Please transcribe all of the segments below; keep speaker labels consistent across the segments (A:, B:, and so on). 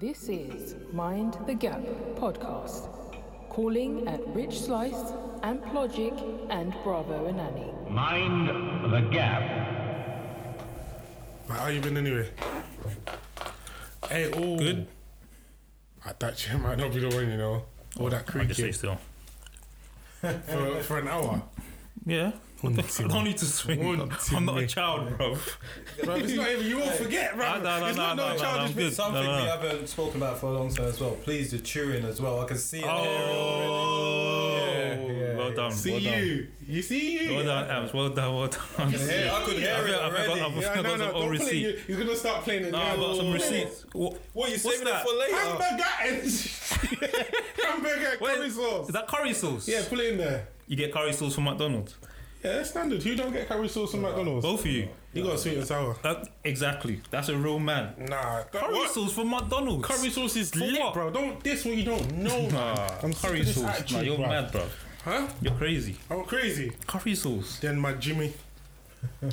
A: This is Mind the Gap podcast, calling at Rich Slice, Amplogic, and Bravo and Annie.
B: Mind the gap.
C: Like, how you been anyway? Hey, all
D: Good.
C: I, that shit might not be the one, you know. All that
D: I just stay
C: creaking
D: still.
C: for, for an hour.
D: Yeah.
C: One,
D: I
C: two.
D: don't need to swing.
C: Want to
D: I'm not a
C: make-
D: child, bro.
C: Bro, it's not even, you won't forget, bro.
D: Ah, no, no,
C: it's
D: no,
C: not no,
D: no, no,
C: childish
D: I'm good.
C: bit.
D: No,
E: Something
D: no,
E: we
D: no.
E: haven't spoken about for a long time as well. Please, the chewing as well. I can see it.
D: Oh,
E: yeah,
D: well
E: yeah.
D: done.
C: See
D: well done.
C: you. You see you.
D: Well
C: yeah.
D: done, Abs. Well done, well done. Ah,
E: Yeah, I could hear it
D: I think I- I-
E: already.
D: I
C: Yeah, no, no,
D: got some
C: don't
D: old
C: play.
D: receipt.
C: You, you're gonna start playing it
D: No,
C: now.
D: I got some receipts. What,
E: What are you
D: what's
E: saving it for later?
C: Hamburger and hamburger and
D: Wait,
C: curry sauce.
D: Is that curry sauce?
C: Yeah, put it in there.
D: You get curry sauce from McDonald's.
C: Yeah, that's standard. Who don't get curry sauce from McDonald's?
D: Both of you.
C: You got sweet and sour.
D: That, exactly. That's a real man.
C: Nah, that-
D: Curry
C: what?
D: sauce from McDonald's.
C: Curry sauce is
D: For
C: lit,
D: what?
C: bro. Don't diss what you don't know.
D: Nah,
C: I'm sick
D: curry
C: of this
D: sauce. Nah,
C: attitude,
D: you're
C: bruv.
D: mad, bro.
C: Huh?
D: You're crazy.
C: I'm crazy.
D: Curry sauce.
C: Then my Jimmy.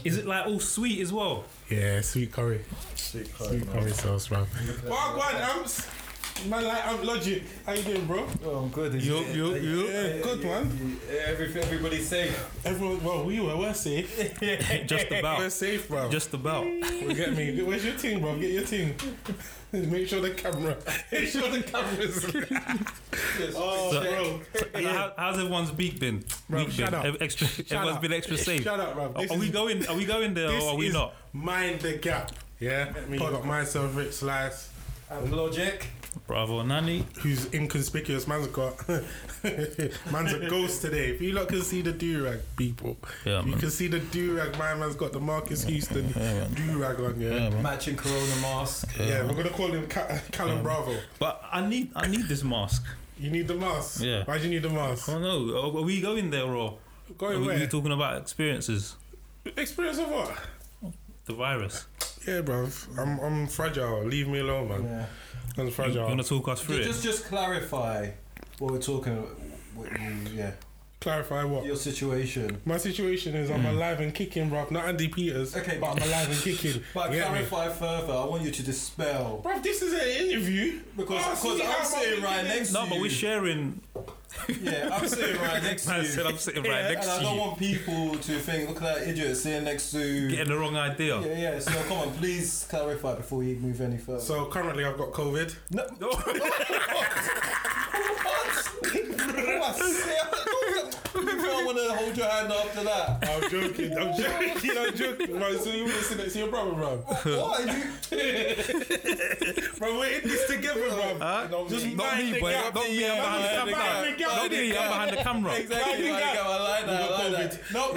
D: Is it like all sweet as well?
C: Yeah, sweet curry. Sweet curry sauce, bro. Wagwan, Amps. Man, like, I'm logic. How you doing, bro?
E: Oh, I'm good.
D: You, you, you.
C: Yeah, good, man.
E: Every, everybody's safe.
C: Everyone, well, we were, we're safe.
D: Just
C: We're
D: about.
C: safe, bro.
D: Just about.
C: You get me. Where's your team, bro? Get your team. Make sure the camera. Make sure the camera's. oh,
D: So-
C: bro.
D: Like, how- how's everyone's beak been? Week
C: shut
D: been?
C: up.
D: Ev- Extra, everyone's
C: up.
D: been extra safe.
C: Shut up, bro.
D: Are
C: This
D: are we
C: is-
D: going? Are we going there
C: This
D: or Oh, are we
C: is
D: not?
C: Mind the gap. Yeah. I got myself Rick Slice,
E: And logic.
D: Bravo, Nani.
C: who's inconspicuous. Man's got man's a ghost today. If you lot can see the durag, people.
D: Yeah,
C: you
D: man.
C: can see the durag. My man's got the Marcus Houston durag on. Yeah. Yeah,
E: Matching Corona mask.
C: we're gonna call him Ca- Callum Bravo.
D: But I need, I need this mask.
C: You need the mask.
D: Yeah.
C: Why do you need the mask?
D: Oh no, are are we going there or are
C: Going
D: we, we
C: where?
D: talking about experiences?
C: Experience of what?
D: The virus.
C: Yeah, bro. I'm I'm fragile. Leave me alone, man.
E: Yeah.
C: I'm
D: You
C: fragile.
D: want to talk us through
E: Just,
D: it?
E: just clarify what we're talking about. What you, yeah.
C: Clarify what?
E: Your situation.
C: My situation is I'm alive and kicking, bruv. Not Andy Peters,
E: Okay.
C: but I'm alive and kicking.
E: But
C: You get me?
E: clarify further. I want you to dispel.
C: Bruv, this is an interview.
E: Because
C: Ask
E: because
C: me how
E: I'm
C: my
E: sitting
C: weekend
E: right
C: is.
E: next
D: No,
E: to
D: but
E: you.
D: we're sharing.
E: Yeah, I'm sitting right next to
D: I
E: you.
D: said I'm sitting right next
E: and I
D: to
E: don't
D: you.
E: want people to think, look at that idiot sitting next to.
D: Getting the wrong idea.
E: Yeah, yeah. So come on, please clarify before you move any further.
C: So currently I've got COVID.
E: no. no. I want to hold your hand after that.
C: I'm joking. I'm joking. I'm joking. Bro, so you want to sit next to your brother, bruv?
E: What? You,
C: Bro, we're in this together, bruv. Just
D: Not
C: mind
D: me,
C: the
D: boy.
C: gap.
D: Not me. I'm
C: Mind
D: behind the
C: the gap.
D: camera. Not me. I'm behind the camera.
E: exactly.
C: Like
E: Like,
C: that.
E: I like that. I like that. Nope.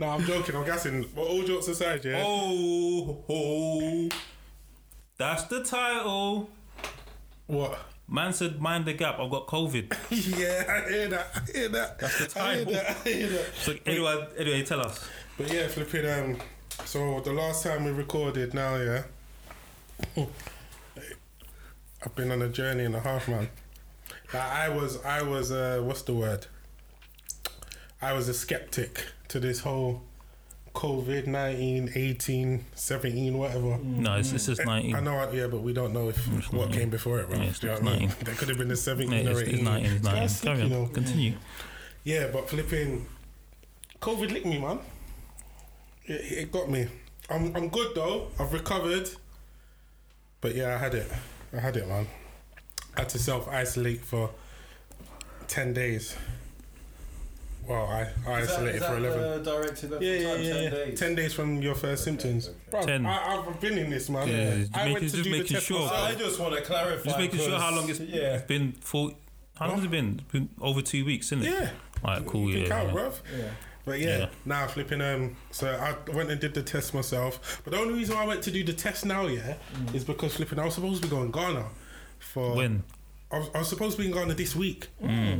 C: Nah. no, I'm joking. I'm guessing. But all jokes aside, yeah.
D: Oh, oh, that's the title.
C: What?
D: Man said, mind the gap. I've got COVID.
C: yeah, I hear that. I hear that. That's the I hear
D: title.
C: that. I hear that.
D: So anyway, anyway, tell us.
C: But yeah, flipping. Um, so the last time we recorded, now yeah, I've been on a journey and a half, man. Like I was, I was, uh, what's the word? I was a skeptic to this whole COVID 19, 18, 17, whatever.
D: No, it's, it's just Mm. nineteen. Mm.
C: I know, I- yeah, but we don't know if what came before it, right?
D: it's
C: Do you know what I mean?
D: 19.
C: That could have been the 17
D: Yeah,
C: or
D: it's,
C: 18.
D: it's nineteen. It's
C: So
D: nineteen.
C: that's sick,
D: Carry on.
C: you know.
D: Continue.
C: Yeah, but flipping, COVID licked me, man. It, it got me. I'm I'm good though. I've recovered. But yeah, I had it. I had it, man. I had to self isolate for ten days. Well, I, I
E: Is that-
C: isolated
E: is that
C: for eleven.
E: the directed at
C: yeah,
E: the
C: yeah,
E: time,
C: yeah.
E: 10
C: yeah.
E: days?
C: Ten days from your first symptoms, Bruv,
D: Ten.
C: I, I've been in this, man.
D: Yeah, just
C: I
D: making-
C: went to
D: just
C: do the
D: making
C: test
D: sure,
C: myself.
E: I just want to clarify.
D: Just making sure how long it's
E: because- yeah.
D: been. For how long has it been? It's been over two weeks, isn't it?
C: Yeah.
D: All right, cool.
C: You
D: Yeah.
C: can count,
D: yeah.
C: bruv. But yeah,
D: Yeah.
C: now nah, flipping. Um, so I went and did the test myself. But the only reason why I went to do the test now, yeah, is because flipping. I was supposed to be going Ghana for
D: When?
C: I was, I was supposed to be in Ghana this week.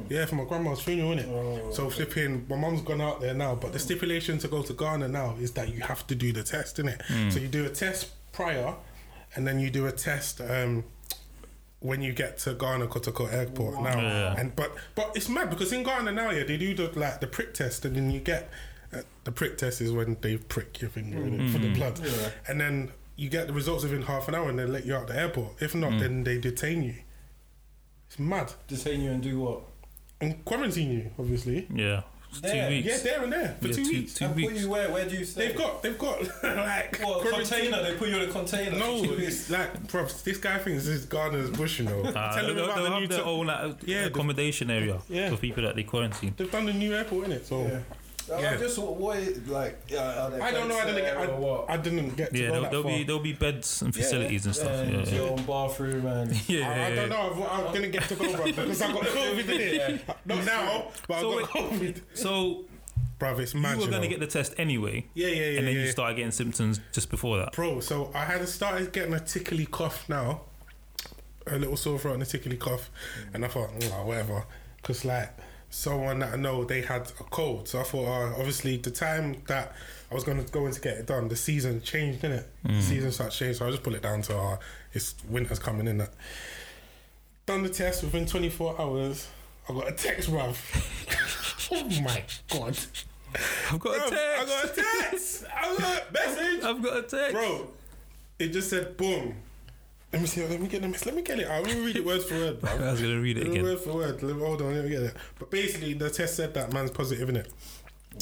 C: Yeah, for my grandma's funeral, innit? so flipping, my mum's gone out there now, but the stipulation to go to Ghana now is that you have to do the test, innit?
D: Mm.
C: So you do a test prior, and then you do a test um, when you get to Ghana Kotoko Airport now.
D: Yeah.
C: And but but it's mad because in Ghana now, yeah, they do the like the prick test, and
D: Mm.
C: then you get uh, the prick test is when they prick your finger innit, for the blood, and then. you get the results within half an hour and they let you out the airport. If
D: Mm.
C: not, then they detain you. It's mad.
E: Detain you and do what?
C: And quarantine you, obviously.
D: Yeah, it's
E: Yeah,
D: two weeks.
C: Yeah, there and there for
D: Yeah,
C: two,
D: two-
C: weeks.
D: two-
E: and
D: weeks.
E: put you where? Where do you stay?
C: They've got, they've got like
E: what
C: quarantine-
E: container? They put you in a container.
C: No,
E: for two weeks.
C: it's like, bro, this guy thinks this gardener's bush, you know.
D: Uh,
C: Tell him
D: they'll,
C: about
D: they'll
C: the new
D: have their
C: to-
D: own like,
C: Yeah, the-
D: accommodation area
C: Yeah.
D: for people that they quarantine.
C: They've done the new airport, innit? So.
E: Yeah.
C: Yeah.
E: I just what it- like yeah, are they
C: I don't know. I
E: beds
C: didn't get.
E: there or
C: I,
E: what?
C: I didn't get to
D: Yeah,
C: go
D: there'll,
C: that
D: there'll
C: far.
D: be there'll be beds and facilities and stuff.
E: And
D: Yeah, yeah.
E: your own bathroom and
D: yeah,
C: I, I
D: yeah,
C: don't know. I've, I didn't get to go, bro, because I got COVID in it. Not now, but
D: So
C: I
D: wait-
C: got COVID.
D: So
C: Bro, it's
D: you
C: mad.
D: were
C: you
D: going to
C: know.
D: get the test anyway,
C: Yeah, yeah, yeah.
D: and then
C: yeah.
D: you started getting symptoms just before that.
C: Bro, so I had started getting a tickly cough now, a little sore throat and a tickly cough, and I thought, "Nah, whatever, because like someone that I know they had a cold, so I thought, uh, obviously the time that I was gonna go in to get it done, the season changed, didn't it? The season started changing, so I just put it down to uh, it's winter's coming in. That done the test within 24 hours, I got a text, bruv. oh my god,
D: I've got
C: Bruv, I got a text, I got a message
D: I've got a text.
C: bro. It just said boom. Let me see. Let me get them. Let me get it. out. Let me read it word for word, bro.
D: I was gonna read it
C: Let me
D: again.
C: Word for word. Let me, hold on. Let me get it. But basically, the test said that man's positive, innit?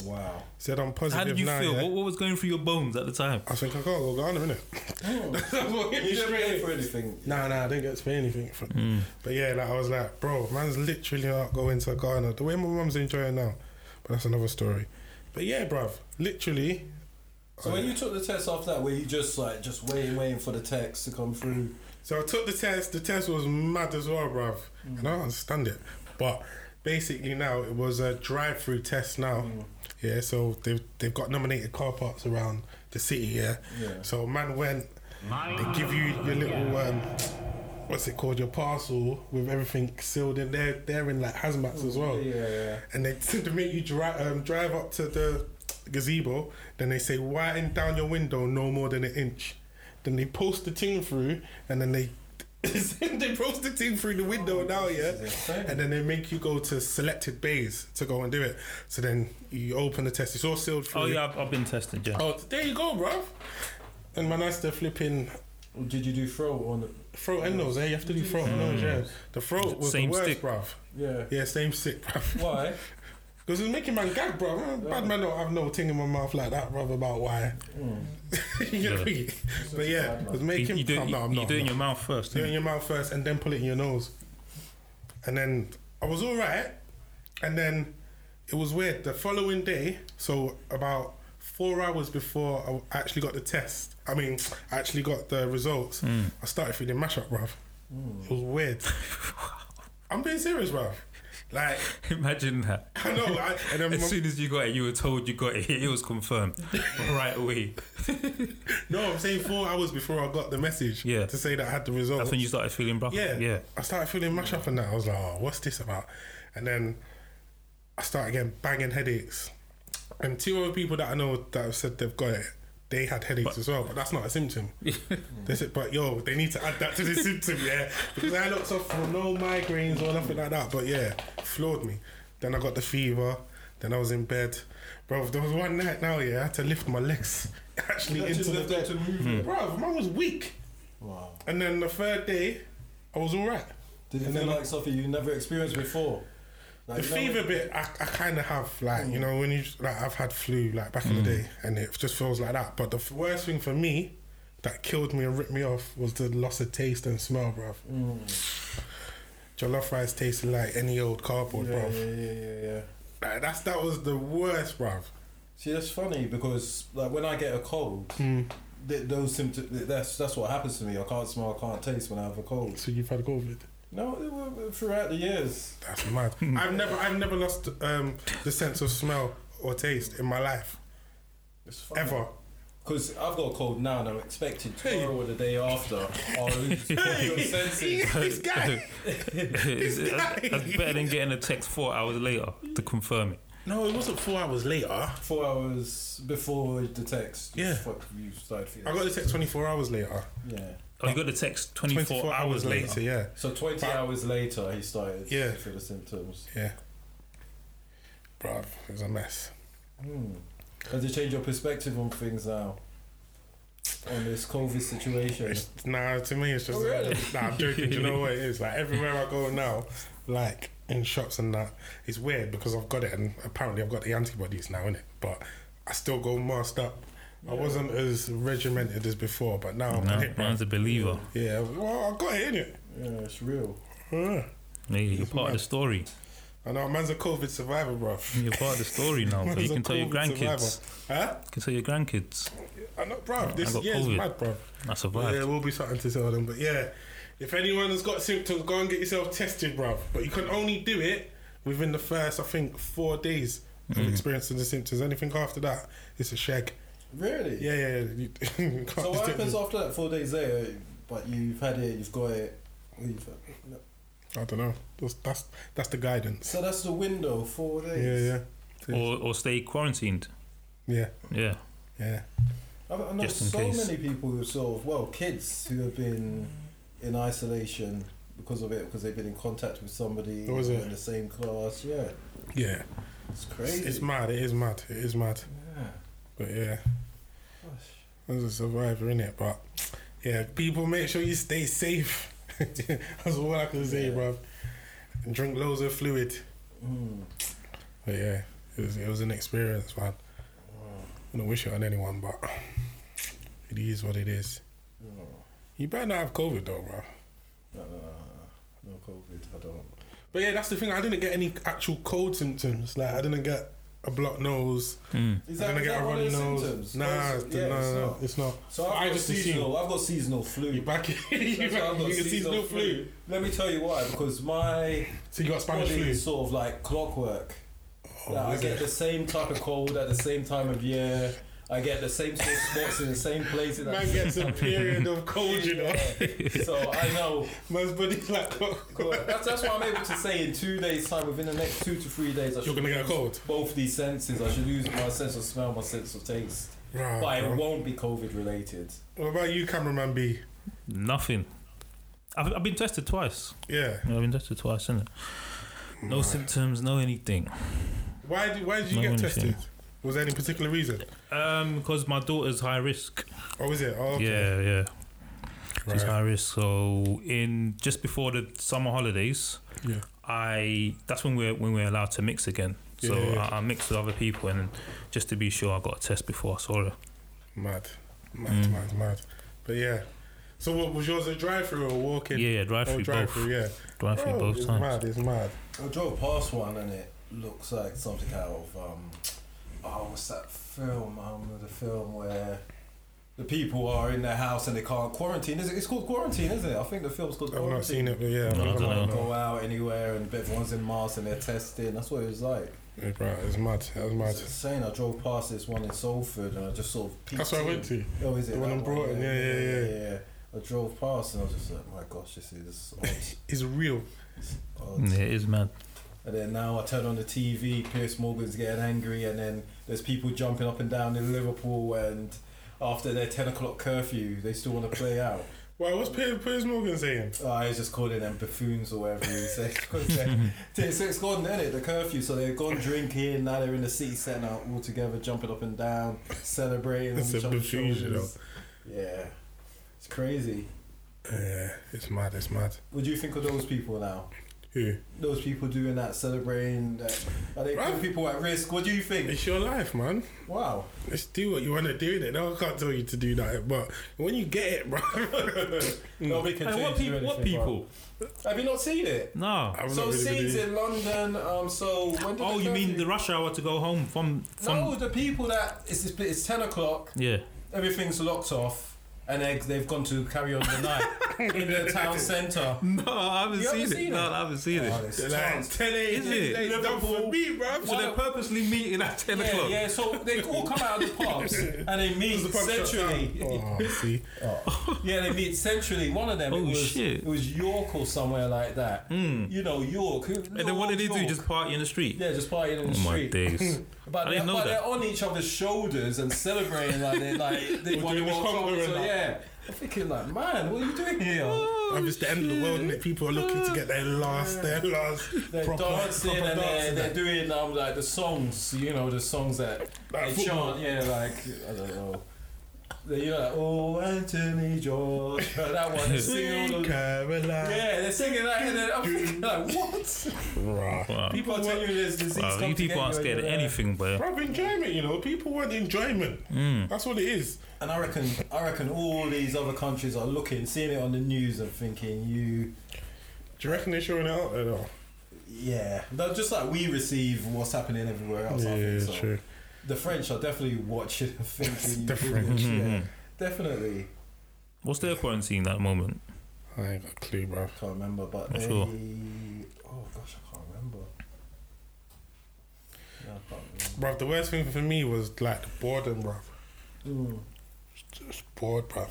E: wow.
C: Said I'm positive
D: How did you
C: now.
D: feel?
C: yeah?
D: What, what was going through your bones at the time?
C: I think I can't go Ghana, innit?
E: You should pay for anything.
C: Nah, nah, I didn't get to pay anything. For,
D: Hmm.
C: But yeah, like, I was like, bro, man's literally not going to Ghana. The way my mum's enjoying now, but that's another story. But yeah, bruv, literally,
E: So when you took the test after that, were you just like just waiting, waiting for the text to come through?
C: So I took the test. The test was mad as well, bruv. And I don't understand it. But basically now it was a drive-through test now.
E: Mm.
C: Yeah, so they've, they've got nominated car parks around the city, yeah?
E: Yeah.
C: So man went, they give you your little, um, what's it called, your parcel with everything sealed in. They're, they're in like hazmats as well.
E: Yeah, yeah.
C: And they seem to make you dri- um, drive up to the gazebo. Then they say, widen down your window no more than an inch. Then they post the thing through, and then they they post the thing through the window
D: Oh,
C: now, yeah.
E: insane.
C: And then they make you go to selected bays to go and do it. So then you open the test. It's all sealed through.
D: Oh yeah, I've, I've been tested. Yeah.
C: Oh, there you go, bruv. And man, that's the flipping
E: Or Did you do throw on? The,
C: throat and nose. Eh, you have to do throat and nose. Yeah, the throat was
D: Mm-hmm. Mm. Same
C: the worst,
D: stick.
C: bruv.
E: yeah.
C: Yeah, same stick, bruv.
E: Why?
C: Because it's making man gag, bro. Bad man don't have no thing in my mouth like that, bro, about why. you know me. But yeah, it's
D: You,
C: making
D: you do,
C: I'm
D: you,
C: not, I'm
D: you
C: not,
D: do it
C: I'm
D: in
C: not.
D: your mouth first.
C: Do it in
D: innit?
C: your mouth first and then pull it in your nose. And then I was all right. And then it was weird. The following day, so about four hours before I actually got the test, I mean, I actually got the results,
D: Mm.
C: I started feeling mashup, bruv. It was weird. I'm being serious, bruv. Like,
D: Imagine that.
C: I know, I, and then my-
D: As soon as you got it, you were told you got it. It was confirmed right away.
C: No, I'm saying four hours before I got the message
D: Yeah.
C: to say that I had the result.
D: That's when you started feeling rough.
C: yeah,
D: yeah.
C: I started feeling mash up and that. I was like, oh, what's this about? And then I started getting banging headaches. And two other people that I know that have said they've got it, they had headaches as well, but that's not a symptom. they said, but yo, they need to add that to the symptom, yeah? Because I don't suffer from no migraines or nothing like that, but yeah, floored me. Then I got the fever, then I was in bed. Bro, there was one night now, yeah, I had to lift my legs actually
E: You
C: into
E: actually
C: the
E: left that
C: bed.
E: to move.
C: Bro, man was weak.
E: Wow.
C: And then the third day, I was all right.
E: Did it
C: And
E: feel
C: then-
E: like something you never experienced before?
C: The
E: Like, you know
C: fever
E: when-
C: bit, I, Mm. I kind of have like you know when you like I've had flu like back in the day, and it just feels like that. But the f- worst thing for me that killed me and ripped me off was the loss of taste and smell, bruv. Mm. Jollof rice tasted like any old cardboard,
E: Yeah,
C: bruv.
E: yeah, yeah, yeah, yeah.
C: Like, that's that was the worst, bruv.
E: See, that's funny because like when I get a cold,
C: Hmm.
E: th- those symptoms. Th- that's that's what happens to me. I can't smell, I can't taste when I have a cold.
C: So you've had COVID.
E: No, it, w- throughout the years.
C: That's mad. I've never, I've never lost um, the sense of smell or taste in my life
E: It's funny.
C: ever.
E: Because I've got a cold now and I'm expected tomorrow or the day after. I'll lose your senses.
C: this guy.
D: It's-
C: This
D: that's, that's
C: guy.
D: better than getting a text four hours later to confirm it.
C: No, it wasn't four hours later.
E: Four hours before the text.
C: Yeah.
E: Fuck, you started
C: I
E: feeling.
C: got the text 24 hours later.
E: Yeah.
D: Oh, you got the text 24,
C: 24
D: hours, later.
C: yeah.
E: So 20 hours later, he started
C: Yeah.
E: for the symptoms.
C: Yeah. Bruv, it was a mess.
E: Has it changed your perspective on things now? on this COVID situation.
C: It's, nah, to me, it's just.
E: Oh, really?
C: Nah, I'm joking. Do you know what it is? Like, everywhere I go now, like in shops and that, it's weird because I've got it and apparently I've got the antibodies now, innit? But I still go masked up. I wasn't as regimented as before, but now I'm
D: No,
C: hit, man.
D: man's a believer.
C: Yeah, well, I got it, innit?
E: Yeah, it's real.
C: Yeah.
D: Hey, you're part of the story.
C: I know, man's a COVID survivor, bro.
D: You're part of the story now.
C: Man's
D: But you
C: a
D: can tell your
C: COVID
D: grandkids.
C: survivor. Huh?
D: You can tell your grandkids.
C: I know, bro. This
D: got
C: year's
D: COVID.
C: mad, bro.
D: I survived.
C: Yeah, we'll be something to tell them. But yeah, if anyone has got symptoms, go and get yourself tested, bruv. But you can only do it within the first, I think, four days of
D: Mm.
C: experiencing the symptoms. Anything after that, it's a shag.
E: Really?
C: Yeah, yeah, yeah. You, you can't
E: So
C: just
E: what
C: do it.
E: happens after that? Four days later, but you've had it, you've got it. You've,
C: I don't know. That's, that's that's the guidance.
E: so that's the window. Four days.
C: Yeah, yeah,
D: Or, or stay quarantined.
C: yeah,
D: Yeah.
C: yeah.
E: I've, I know
D: Just in
E: so
D: case.
E: many people who sort of well, kids who have been in isolation because of it because they've been in contact with somebody
C: Oh, is
E: or
C: it?
E: in the same class. Yeah,
C: Yeah, it's,
E: it's crazy.
C: it's mad. It is mad. It is mad.
E: yeah.
C: But yeah,
E: Gosh.
C: as a survivor in it. But yeah, people, make sure you stay safe. That's all I can say,
E: Yeah.
C: bruv. And drink loads of fluid.
E: Mm.
C: But yeah, it was it was an experience, man. I don't wish it on anyone, but it is what it is. You better not have COVID though, bro.
E: No, no, no, no, no COVID. I don't.
C: But yeah, that's the thing. I didn't get any actual cold symptoms. Like I didn't get a blocked nose.
D: Mm.
E: Is
C: I
E: that,
C: didn't
E: is
C: get
E: that
C: a
E: one
C: runny
E: of the
C: nose.
E: symptoms?
C: Nah,
E: It's-
C: it's,
E: yeah,
C: no,
E: it's
C: no,
E: not.
C: it's not.
E: So I've
C: I
E: got
C: just
E: seasonal. I've got seasonal flu.
C: assume you're back.
E: That's why I've
C: you
E: got
C: get seasonal flu.
E: Let me tell you why. Because my
C: So you got Spanish
E: body
C: flu.
E: is sort of like clockwork.
C: Oh,
E: Like, I
C: is
E: get
C: it?
E: the same type of cold at the same time of year. I get the same sort of spots in the same place. and I-
C: Man gets a period of cold, you know.
E: Yeah. so I know.
C: Man's body's like,
E: That's, that's why I'm able to say in two days' time, within the next two to three days, I
C: you're
E: should
C: gonna get a cold.
E: both these senses. I should lose my sense of smell, my sense of taste.
C: Right,
E: But it
C: bro.
E: won't be COVID related.
C: What about you, cameraman B?
D: Nothing. I've, I've been tested twice.
C: Yeah.
D: Yeah, I've been tested twice, innit? No symptoms, no anything.
C: Why did Why did you
D: No
C: get
D: one
C: tested?
D: should.
C: Was there any particular reason?
D: Um, because my daughter's high risk.
C: Oh, is it? Oh, okay.
D: Yeah, yeah. She's
C: Right.
D: high risk. So in just before the summer holidays,
C: Yeah.
D: I that's when we're when we're allowed to mix again. So
C: Yeah, yeah, yeah.
D: I, I mixed with other people, and just to be sure, I got a test before I saw her.
C: Mad, mad,
D: Mm.
C: mad, mad. But yeah. So what was yours a drive through or walking?
D: Yeah, yeah, drive
C: Oh,
D: through
C: drive through.
D: both,
C: Yeah.
D: drive through
C: Oh,
D: both
C: it's
D: times.
C: mad. It's mad.
E: I drove past one and it looks like something out of um, oh, what's that film? Um, the film where the people are in their house and they can't quarantine. Is it? It's called quarantine, isn't it? I think the film's called
C: I've
E: quarantine.
C: not seen it, but yeah.
D: No, I
C: I'm
D: don't
C: like,
D: know.
E: Go out anywhere and everyone's in masks and they're testing. That's what it was like.
C: Yeah, bro, it's mad. That was mad.
E: It's insane. I drove past this one in Salford and I just sort of. peeked
C: That's where I
E: in.
C: went to.
E: Oh, is it
C: The one
E: that
C: in Broughton, yeah, yeah, yeah.
E: I drove past and I was just like, my gosh, this is odd.
C: It's real.
E: odd.
D: Yeah, it is mad.
E: And then now I turn on the TV, Pierce Morgan's getting angry, and then there's people jumping up and down in Liverpool. And after their 10 o'clock curfew, they still want to play out.
C: Why? What's Piers, Piers Morgan saying?
E: I was Oh, just calling them buffoons or whatever you say. 'Cause they- they- so it's gone, is it? The curfew. So they've gone drinking, now they're in the city centre all together, jumping up and down, celebrating. on
C: It's a
E: each other's
C: buffoon, you know.
E: shoulders. Yeah. It's crazy.
C: Yeah, it's mad. It's mad.
E: What do you think of those people now?
C: Who?
E: Those people doing that, celebrating, that, are they putting
C: Right.
E: people at risk? What do you think?
C: It's your life, man.
E: Wow.
C: Let's do what you want to do. Then no, I can't tell you to do that. But when you get it, bro, Mm.
E: Nobody can
D: Hey,
E: change
D: what
E: you
D: people? What
E: anything,
D: people?
E: bro. Have you not seen it?
D: No.
C: I'm
E: so
C: not really
E: scenes
C: believing-
E: in London. Um, so when did
D: Oh,
E: the
D: you mean
E: curfew-
D: the rush hour to go home from from?
E: no, the people that it's it's- it's ten o'clock.
D: Yeah.
E: Everything's locked off, and they, they've gone to carry on the night in the town centre.
D: No, I haven't,
E: You
D: seen,
E: haven't
D: it.
E: seen
D: No,
E: it?
D: I haven't seen
E: Oh,
D: it.
E: it's
C: They're like,
E: tense.
C: 10 a.m.
D: Is it?
C: It's done for me, bro.
D: So they're purposely meeting at ten
E: yeah,
D: o'clock.
E: yeah. So they all come out of the pubs and they meet
C: pub shut
E: centrally.
C: Oh, see.
E: Yeah, they meet centrally. One of them.
D: Oh,
E: it was,
D: shit. Hmm.
E: It was York or somewhere like that. You know York. Who,
D: And then what did they do? Just party in the street?
E: yeah, just partying in the
D: Oh my
E: street.
D: days.
E: But,
D: I
E: they're,
D: didn't know
E: but
D: that.
E: they're on each other's shoulders and celebrating like they like they
C: We're
E: won the
C: doing the
E: World Cup.
C: conquering
E: So
C: now.
E: yeah, I'm thinking like, man, what are you doing here?
D: Oh.
C: I'm just the end of the world, and people are looking to get their last, their last
E: They're
C: proper,
E: dancing
C: proper
E: and they're,
C: dancing.
E: they're doing um, like the songs, you know, the songs that
C: Like
E: they
C: football.
E: chant. Yeah, like I don't know. You know, like, oh Anthony George, that one. They sing all those-
C: Caroline.
E: yeah, they're singing that, and then I'm thinking like, what?
C: Bruh.
D: Wow.
E: People are telling you there's disease.
D: Wow, you
E: come
D: people
E: to
D: aren't
E: get you
D: scared of
E: and you're like-
D: anything, but
C: Bruv, enjoyment, you know, people want enjoyment. That's what it is.
E: And I reckon, I reckon all these other countries are looking, seeing it on the news, and thinking, you,
C: Do you reckon they're showing it out there though?
E: yeah, They're just like we receive what's happening everywhere else. I think so. The French are definitely watching and thinking.
C: The
E: you
C: French.
E: idiots, yeah. definitely.
D: what's their quarantine at the moment?
C: I ain't got a clue, bruv.
E: Can't remember, but
D: Not
E: they.
D: sure.
E: Oh gosh, I can't remember. Yeah, I can't
C: Bruv, the worst thing for me was like boredom, bruv.
E: remember. Mm.
C: Just bored, bruv.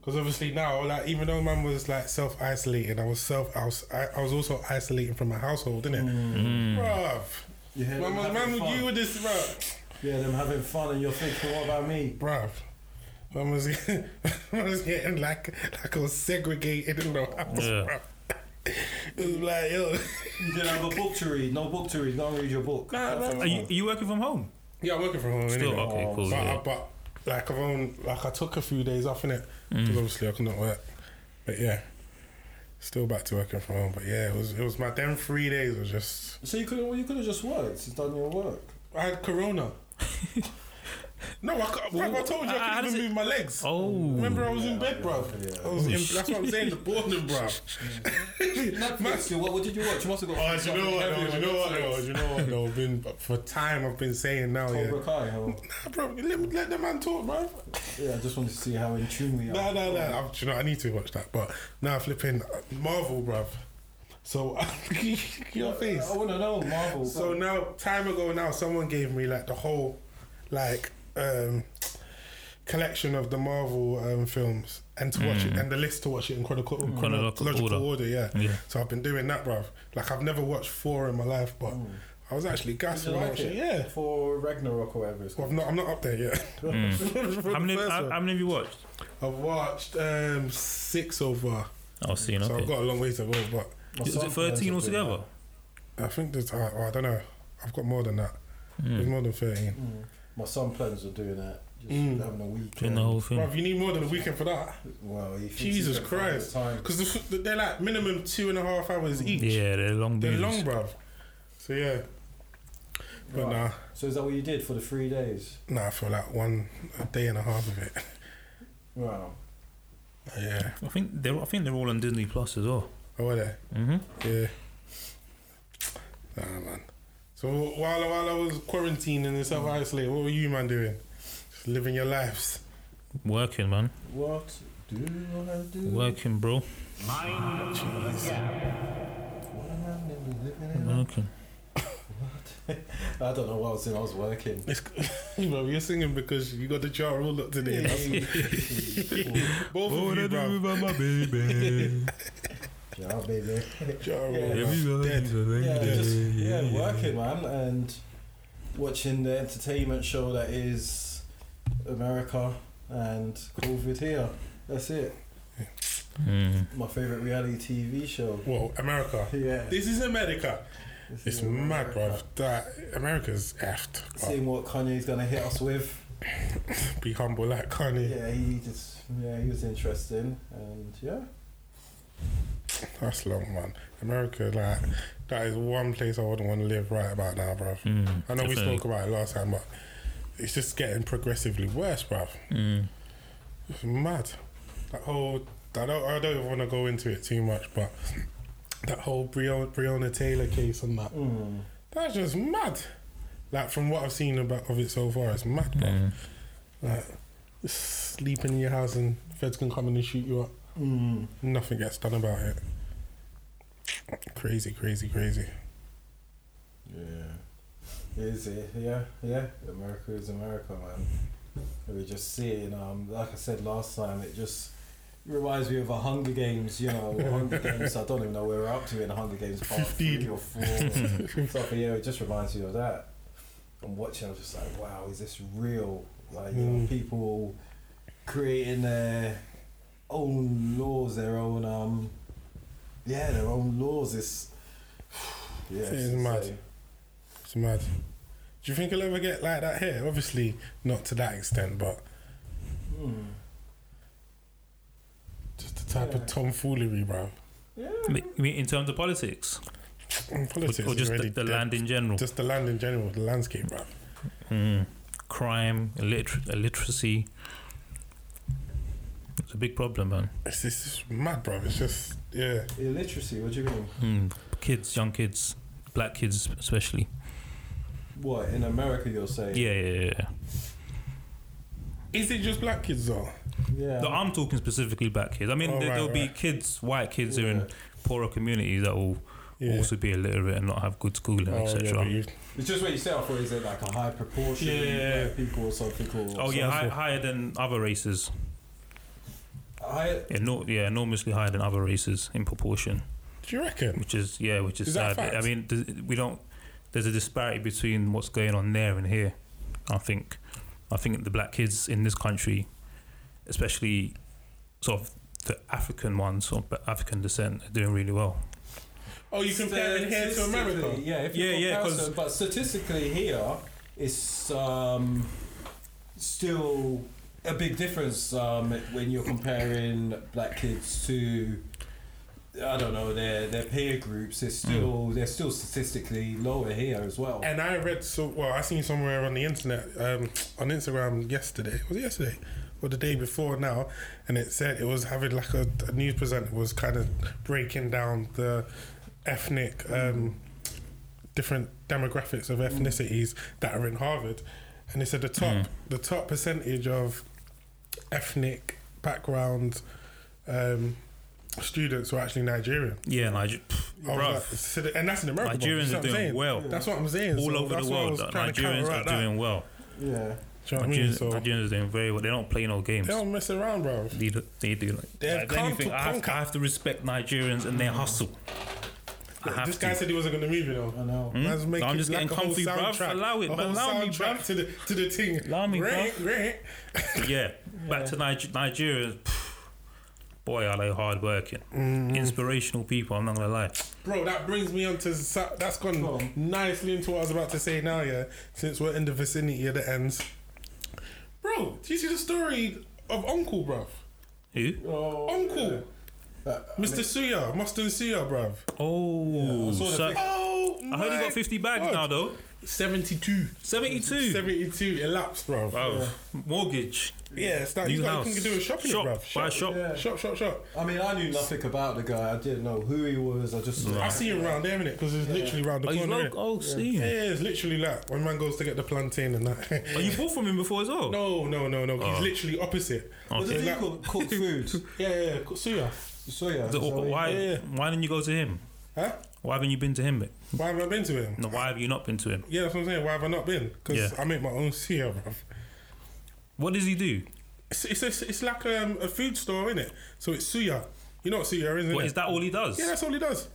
C: Because obviously now, like, even though man was like self isolating, I was self, I was, I, I was also isolating from my household, innit? Bruv.
E: You hear
C: Man,
E: them
C: was-
E: having
C: man,
E: fun.
C: you with this, bruv.
E: Yeah, them having fun, and you're thinking, what about me?
C: Bruv. Man was, getting, man was getting like, like I was segregated in the house,
D: Yeah.
C: bruv. It was like, yo.
E: You didn't have a book to read. No book to read. Don't read your book.
D: Are you, are you working from home?
C: Yeah, I'm working from home.
D: Still,
C: innit?
D: okay, cool.
C: But,
D: Yeah.
C: but like I've owned, like I took a few days off in it
D: Mm.
C: because obviously I could not work. But yeah, still back to working from home. But yeah, it was it was my them three days was just
E: So you could well, you could have just worked, You've done your work.
C: I had corona. no, I, cou- bruv, I told you
D: Uh, how
C: I
D: does
C: couldn't even
D: it-
C: move my legs.
D: Oh,
C: Remember, I was in bed, bruv. I was in, that's what I'm saying. The boredom, bruv.
E: Netflix. you- What, what did you watch? You must have got.
C: Oh, do you know what?
E: something
C: though? Do you
E: heavy
C: know
E: on
C: what? though? Do
E: Netflix.
C: you know what? though? Been for time. I've been saying now, yeah.
E: Cobra Kai. Huh?
C: Nah, bro, let me let the man talk, bruv.
E: Yeah, I just wanted to see how in tune we are.
C: No, no, no. I'm, do you know, I need to watch that. But now flipping uh, Marvel, bruv. So your face.
E: I want to know Marvel.
C: So now, time ago now, someone gave me like the whole, like, um, collection of the Marvel um, films and to watch it and the list to watch it in chronicle,
D: Chronological
C: chronological order.
D: Mm. order.
C: yeah.
D: Yeah.
C: So I've been doing that, bruv. Like I've never watched four in my life, but I was actually gassed
E: Did Mm. you
C: when I
E: like
C: watched it.
E: it?
C: Yeah.
E: For Ragnarok or whatever it's
C: Well,
E: called.
C: I'm not. I'm not up there yet. For
D: Mm. how
C: the
D: many? uh,
C: first
D: How,
C: one.
D: how many have you watched?
C: I've watched um, six so far,
D: I was seeing.
C: so I've
D: Okay,
C: got a long way to go, but.
E: My
D: is
E: son
D: it thirteen
E: plans to do
D: altogether?
C: I think there's, I, I don't know. I've got more than that.
D: Mm.
C: There's more than 13.
E: that. Mm. My son plans on doing that. Just
C: Mm.
E: having a weekend.
D: Doing the whole thing.
C: Bruv, you need more than a weekend for that.
E: Well, he thinks he
C: Jesus
E: can find the
C: Christ.
E: time.
C: Because they're like minimum two and a half hours each.
D: Yeah, they're long.
C: They're
D: days.
C: long, bruv. So yeah. But
E: Right.
C: nah,
E: So is that what you did for the three days?
C: nah, for like one a day and a half of it.
E: Wow.
C: yeah.
D: I think they're. I think they're all on Disney Plus as well.
C: Oh, were they?
D: Mm-hmm.
C: Yeah. Nah, man. So while, while I was quarantining and self isolated, what were you, man, doing? Just living your lives.
D: Working, man.
E: What do I do?
D: Working, bro.
B: Mind the gap.
E: What am I gonna be living in?
D: Working.
E: I don't know what I was doing. I was working.
C: It's, bruv, you're singing because you got the jar all up today.
E: Yeah,
C: Both of you, bruv.
D: about my baby?
E: baby.
C: Jar roll,
E: Yeah.
C: bruv. Dead.
E: Yeah, just yeah, working, man, and watching the entertainment show that is America and COVID here. That's it.
D: Mm-hmm.
E: My favorite reality TV show.
C: Well, America.
E: Yeah,
C: This is America.
E: this
C: It's
E: is
C: mad,
E: America.
C: bruv. That America's effed. bruv.
E: Seeing what Kanye's gonna hit us with.
C: Be humble like Kanye.
E: Yeah, he just yeah he was interesting, and yeah.
C: That's long, man. America, like, that is one place I wouldn't want to live right about now, bruv.
D: Mm.
C: I know we spoke about it last time, but it's just getting progressively worse, bruv.
D: Mm.
C: It's mad. That whole I don't I don't even want to go into it too much, but that whole Breonna, Breonna Taylor case and that
E: Mm.
C: that's just mad. Like from what I've seen about of it so far, it's mad. bruv.
D: Mm.
C: Like sleep in your house and feds can come in and shoot you up.
E: Mm.
C: Nothing gets done about it. Crazy, crazy, crazy.
E: Yeah. It is it? Yeah, yeah. America is America, man. We just see it, and um, like I said last time, it just reminds me of a Hunger Games. You know, Hunger Games. I don't even know where we're up to in Hunger Games part three
C: Fifteen.
E: or four. or something. Yeah, it just reminds me of that. I'm watching. I'm just like, wow, is this real? Like, you know,
C: Mm.
E: people creating their own laws, their own um, yeah, their own laws. It's yeah,
C: It is mad.
E: insane.
C: It's mad. Do you think it'll ever get like that here? Obviously, not to that extent, but Just the type of tomfoolery, bro.
D: I mean, you mean in terms of politics,
C: And Mm, Politics
D: or
C: is
D: just
C: already
D: the, the
C: dead.
D: land in general,
C: Just the land in general, the landscape, bro.
D: crime, illiter- illiteracy. It's a big problem, man.
C: It's, it's just mad, bro. It's just yeah.
E: Illiteracy, what do you mean?
D: Mm. Kids, young kids, black kids especially.
E: What, in America you're saying?
D: Yeah, yeah, yeah. yeah.
C: Is it just black kids though?
E: Yeah.
D: No, I'm talking specifically black kids. I mean,
C: Oh,
D: there,
C: right,
D: there'll be
C: right.
D: kids, white kids, who are in
E: Yeah.
D: poorer communities that will
C: Yeah. Oh,
D: also be illiterate and not have good schooling, etc.
C: but you-
E: It's just what you said, or is it like a high proportion
C: Yeah.
E: of people or something? Or
D: oh yeah, hi,
C: awful.
D: higher than other races.
E: I,
D: Yeah, no, yeah, enormously higher than other races in proportion,
C: do you reckon?
D: which is yeah, which is,
C: Is that
D: sad.
C: a fact?
D: I mean, th- we don't. There's a disparity between what's going on there and here. I think, I think the black kids in this country, especially sort of the African ones of African descent, are doing really well.
C: Oh, you comparing here to America?
E: Statistically, Yeah, if
D: Yeah,
E: you
D: yeah,
E: compare
D: 'cause-
E: some- but statistically here, it's um, still a big difference um, when you're comparing black kids to. I don't know their their peer groups. It's still they're still statistically lower here as well.
C: And I read so well. I seen somewhere on the internet, um, on Instagram yesterday. Was it yesterday or the day before? Now, and it said it was having like a, a news presenter was kind of breaking down the ethnic um, different demographics of ethnicities that are in Harvard, and they said the top the top percentage of ethnic background um, students were actually Nigerian.
D: Yeah, Niger-
C: I was
D: bruv.
C: like, so the- and that's in America. bro.
D: Nigerians
C: That's
D: are
C: what I'm
D: doing
C: saying.
D: well.
C: That's what I'm saying.
D: all
C: So
D: over
C: that's
D: the
C: what I
D: world.
C: was
D: that
C: trying to
D: Nigerians
C: counteract
D: are
C: that.
D: doing well.
E: yeah,
C: Do you know what I mean?
D: Nigerians,
C: So they
D: Nigerians are doing very well. They don't play no games.
C: don't mess around, bro.
D: They do, they do like,
C: They have
D: if
C: come
D: anything,
C: to
D: I have,
C: conquer.
D: I have to respect Nigerians and their hustle. I have
C: This
D: to.
C: guy said he wasn't going to move, you know.
E: I know.
C: Man's making
D: I'm just
C: like
D: getting
C: a whole
D: comfy, bruv.
C: soundtrack-
D: Allow it,
C: a
D: man.
C: whole
D: Allow me,
C: soundtrack
D: bruv.
C: to the to the thing.
D: Allow me,
C: right,
D: bruv.
C: right.
D: yeah. Back to Niger- Nigeria. phew, Boy, are they hard working. Inspirational people, I'm not going to lie.
C: Bro, that brings me on to sa- that's gone
E: Go on.
C: nicely into what I was about to say now, yeah. Since we're in the vicinity of the ends, bro. Do you see the story of Uncle, bruv?
D: Who?
E: Oh,
C: Uncle,
E: yeah. uh,
C: Mr. Suya, Mustard Suya, bruv.
D: Oh,
E: saw the
D: so-
E: pic-
C: Oh,
D: I heard he got 50 bags now, though.
C: Seventy-two.
D: 72.
C: Seventy-two elapsed, bruv.
D: Wow. Oh, Mortgage.
C: Yeah, it's that
D: New
C: you got
D: house.
C: you can do a shopping,
D: Shop.
C: bruv.
D: Buy a shop.
E: Yeah.
C: Shop, shop, shop.
E: I mean, I knew nothing about the guy. I didn't know who he was. I just
C: I see him round there, innit? Because it's literally round the
D: Oh, he's
C: corner.
D: local.
C: innit?
D: Oh, see.
C: Yeah, it's literally like when man goes to get the plantain and that.
D: Oh, you Oh. bought from him before as well?
C: no, no, no, no. He's literally opposite.
D: Oh.
E: What
C: It's
E: did he
C: like-
E: cook? Cook food.
C: Yeah, yeah, yeah. Suya.
E: So yeah.
D: So,
E: so he-
D: why,
C: yeah.
D: why didn't you go to him?
C: Huh?
D: Why haven't you been to him? mate?
C: Why haven't I been to him?
D: No, why have you not been to him?
C: Yeah, that's what I'm saying. Why have I not been? Because
D: Yeah.
C: I make my own suya, bruv.
D: What does he do?
C: It's, it's, it's, it's like um, a food store, innit? So it's suya. You know what suya is, innit?
D: What, is that all he does?
C: Yeah, that's all he does.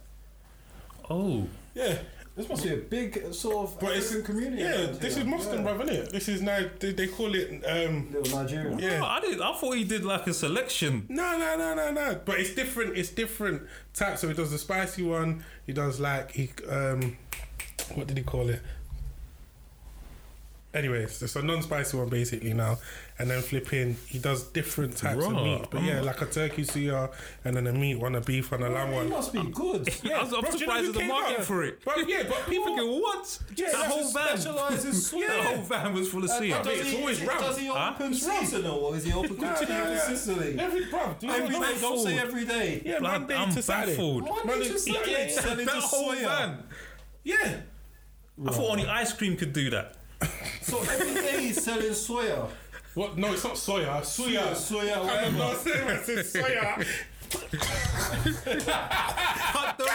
D: Oh,
C: Yeah.
E: This must be a big uh, sort of
C: But it's,
E: African community.
C: yeah,
E: around
C: this
E: here.
C: is Mustard,
E: Yeah.
C: bruv, innit? This is now, they, they call it, um,
E: Little Nigeria.
D: Oh,
C: yeah.
D: I did. I thought he did like a selection.
C: No, no, no, no, no. But it's different. It's different types. So he does the spicy one. He does like he um, what did he call it? Anyways, it's a non-spicy one basically now, and then flipping. He does different types of
D: Raw.
C: meat, but yeah,
D: Mm.
C: like a turkey suya, and then a meat one, a beef one, a lamb
E: It
C: one.
E: must be
D: I
E: good.
D: was,
C: Bro,
D: I'm
C: do you know
D: surprised
C: who
D: there's a
C: came
D: market
C: out?
D: for it.
C: Bro, yeah, but people.
D: Fucking what?
C: Yeah,
D: that
C: that's
D: whole
C: just
D: van.
E: specialised in sweet.
D: That whole van was full of sea.
C: does
D: Every
C: it's always round.
E: Does he
D: Huh?
E: open seasonal or is he open
C: Nah, nah,
E: continually
C: nah.
E: Sicily?
C: Every bro, do you know
E: Every
C: what-
E: day, don't say every day.
C: Yeah,
D: Blood,
C: Monday
D: I'm
C: to Saturday.
D: baffled.
E: Monday to Saturday,
C: yeah, yeah.
E: selling
D: that
E: just
D: whole
E: soya.
D: van.
C: Yeah,
D: I thought only ice cream could do that.
E: So every day he's selling soya.
C: What? No, it's not soya. Soya.
E: Soya,
C: I
E: whatever.
C: am not saying I said soya.
D: Cut the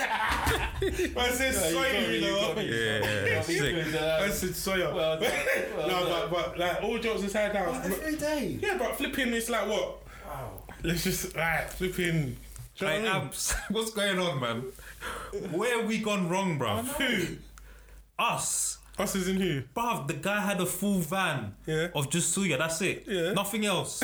C: I said soya, you know.
D: Yeah, sick.
C: I said soya.
E: Well done, well
C: no, but, but like all jokes aside now. but-
E: Every day.
C: yeah, but flipping it's like what?
E: Wow.
C: Let's just like flipping. Do you
D: Hey,
C: know what I mean?
D: Abs, what's going on, man? Where have we gone wrong, bruv?
C: Who?
D: Us.
C: Us is in who?
D: Bruv, the guy had a full van
C: Yeah.
D: of just suya. That's it.
C: Yeah.
D: Nothing else.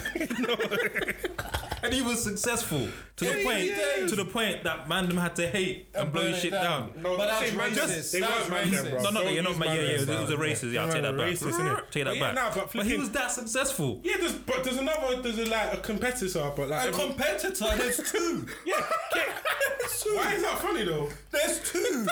D: and he was successful to the
C: Yeah,
D: point
C: yeah.
D: to the point that man them had to hate and, blow his shit down.
C: No,
E: But
C: don't
E: that's
C: say man
E: racist.
C: them. They
E: That's
C: weren't man them,
E: racist.
C: bro.
D: No, no,
C: Don't
D: you're not
C: use
D: man. Yeah, yeah,
C: them,
D: it
C: bro.
D: was a racist. Yeah, I'll take that back.
C: Racist, innit?
D: Take
C: But
D: that
C: yeah,
D: back.
C: nah, but
D: but, he
C: flipping-
D: was that successful.
C: Yeah, there's but there's another there's a, like a competitor, but like
E: A
C: every-
E: competitor, there's two.
C: why is that funny though?
E: There's two.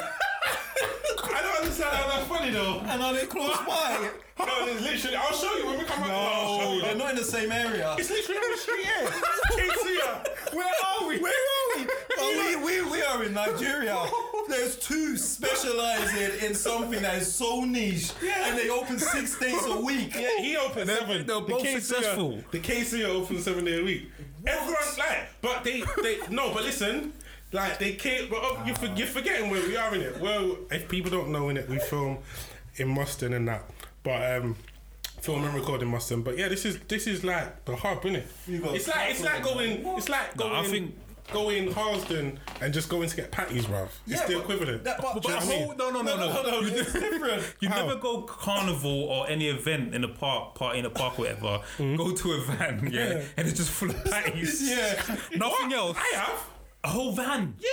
C: I don't understand how that's funny though.
E: And are they close by?
C: No, there's literally. I'll show you when we come back. I'll show
E: No,
C: you.
E: Oh, they're not in the same area.
C: It's literally on the street. Yeah, kids here. Where are we?
E: Where are we? Well, Oh, we, we, we are in Nigeria. There's two specializing in something that is so niche, and they open six days a week.
C: Yeah, he opened seven.
D: they were both
C: the KCR
D: successful.
C: the KCR opened seven day a week. Everyone like, but they, they no, but listen, like they can't. But oh, you're, for, you're forgetting where we are in it. Well, if people don't know in it, we film in Mustang and that, but um. Film and recording Mustang, but yeah, this is this is like the hub, innit?
E: You got
C: It's like it's like going, it's like
D: No,
C: going,
D: I think-
C: going Harsden and just going to get patties, bruv. It's
E: Yeah,
C: the
E: but
C: equivalent.
E: that- but-
C: Do you know what
E: but
C: I mean?
D: Oh, no, no, no, no. You
E: it's different.
D: You
C: How?
D: never go carnival or any event in a park, party in a park, or whatever. Go to a van, yeah,
C: Yeah.
D: and it's just full of patties.
E: Yeah.
D: nothing else.
C: I have.
D: A whole van.
C: Yeah,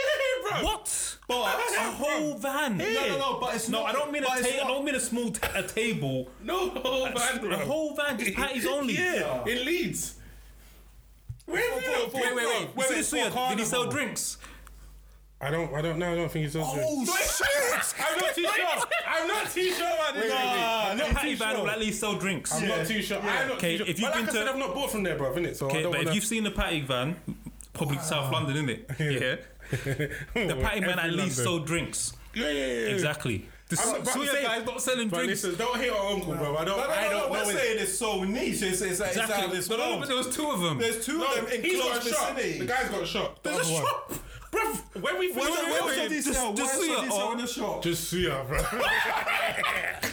C: bro.
D: What?
E: But
D: A whole van.
E: no, no, no, but it's
D: No,
E: not.
D: I don't mean a
E: but it's
D: ta- I
E: not-
D: don't mean a small t- a table.
C: No, whole van, bro.
D: A whole van, just patties only.
C: Yeah, in Leeds. Where
E: for- for-
D: Wait, wait, wait.
C: Where
D: Wait,
C: it's for
D: Did he sell
C: carnival.
D: drinks?
C: I don't, I don't know. I don't think he's does
E: Oh shit!
C: I'm not too sure. I'm not too sure about this.
E: wait,
C: I'm
E: wait.
C: not
E: Patty
D: Patty
C: too
D: van
C: sure.
D: will at least sell drinks.
C: I'm not too sure. I'm not
D: Okay,
C: too sure.
D: if you've
C: but
D: been
C: like I
D: to-
C: said, I've not bought from there, bruv, innit? So I
D: Okay,
C: don't
D: but if
C: wanna...
D: you've seen the patty van, probably South London, innit? Yeah. The patty van at
C: Every
D: least
C: London.
D: sold drinks.
C: Yeah, yeah, yeah. yeah.
D: Exactly. The
C: I'm about to
D: Suya
C: say-
D: guy's not selling
C: But
D: drinks.
C: listen, don't hate our uncle, bro. I don't,
E: No, no,
C: I
E: no, no,
C: don't
E: we're
C: know.
E: saying it's so niche. It's, it's, it's out of
D: Exactly.
E: this
D: No, no,
E: world.
D: but there was two of them.
E: There's two of them in
C: he's got
E: close
C: shot.
E: vicinity.
C: The guy's got shot.
E: There's a shop.
C: Bruv, when we
E: Where's
C: wait, wait,
E: where's
C: wait.
E: Sunday
D: just-
E: sale?
D: just
E: Where's
D: see
E: Sunday
D: it,
E: sale
D: oh.
E: in the shop?
C: Just see her, bro.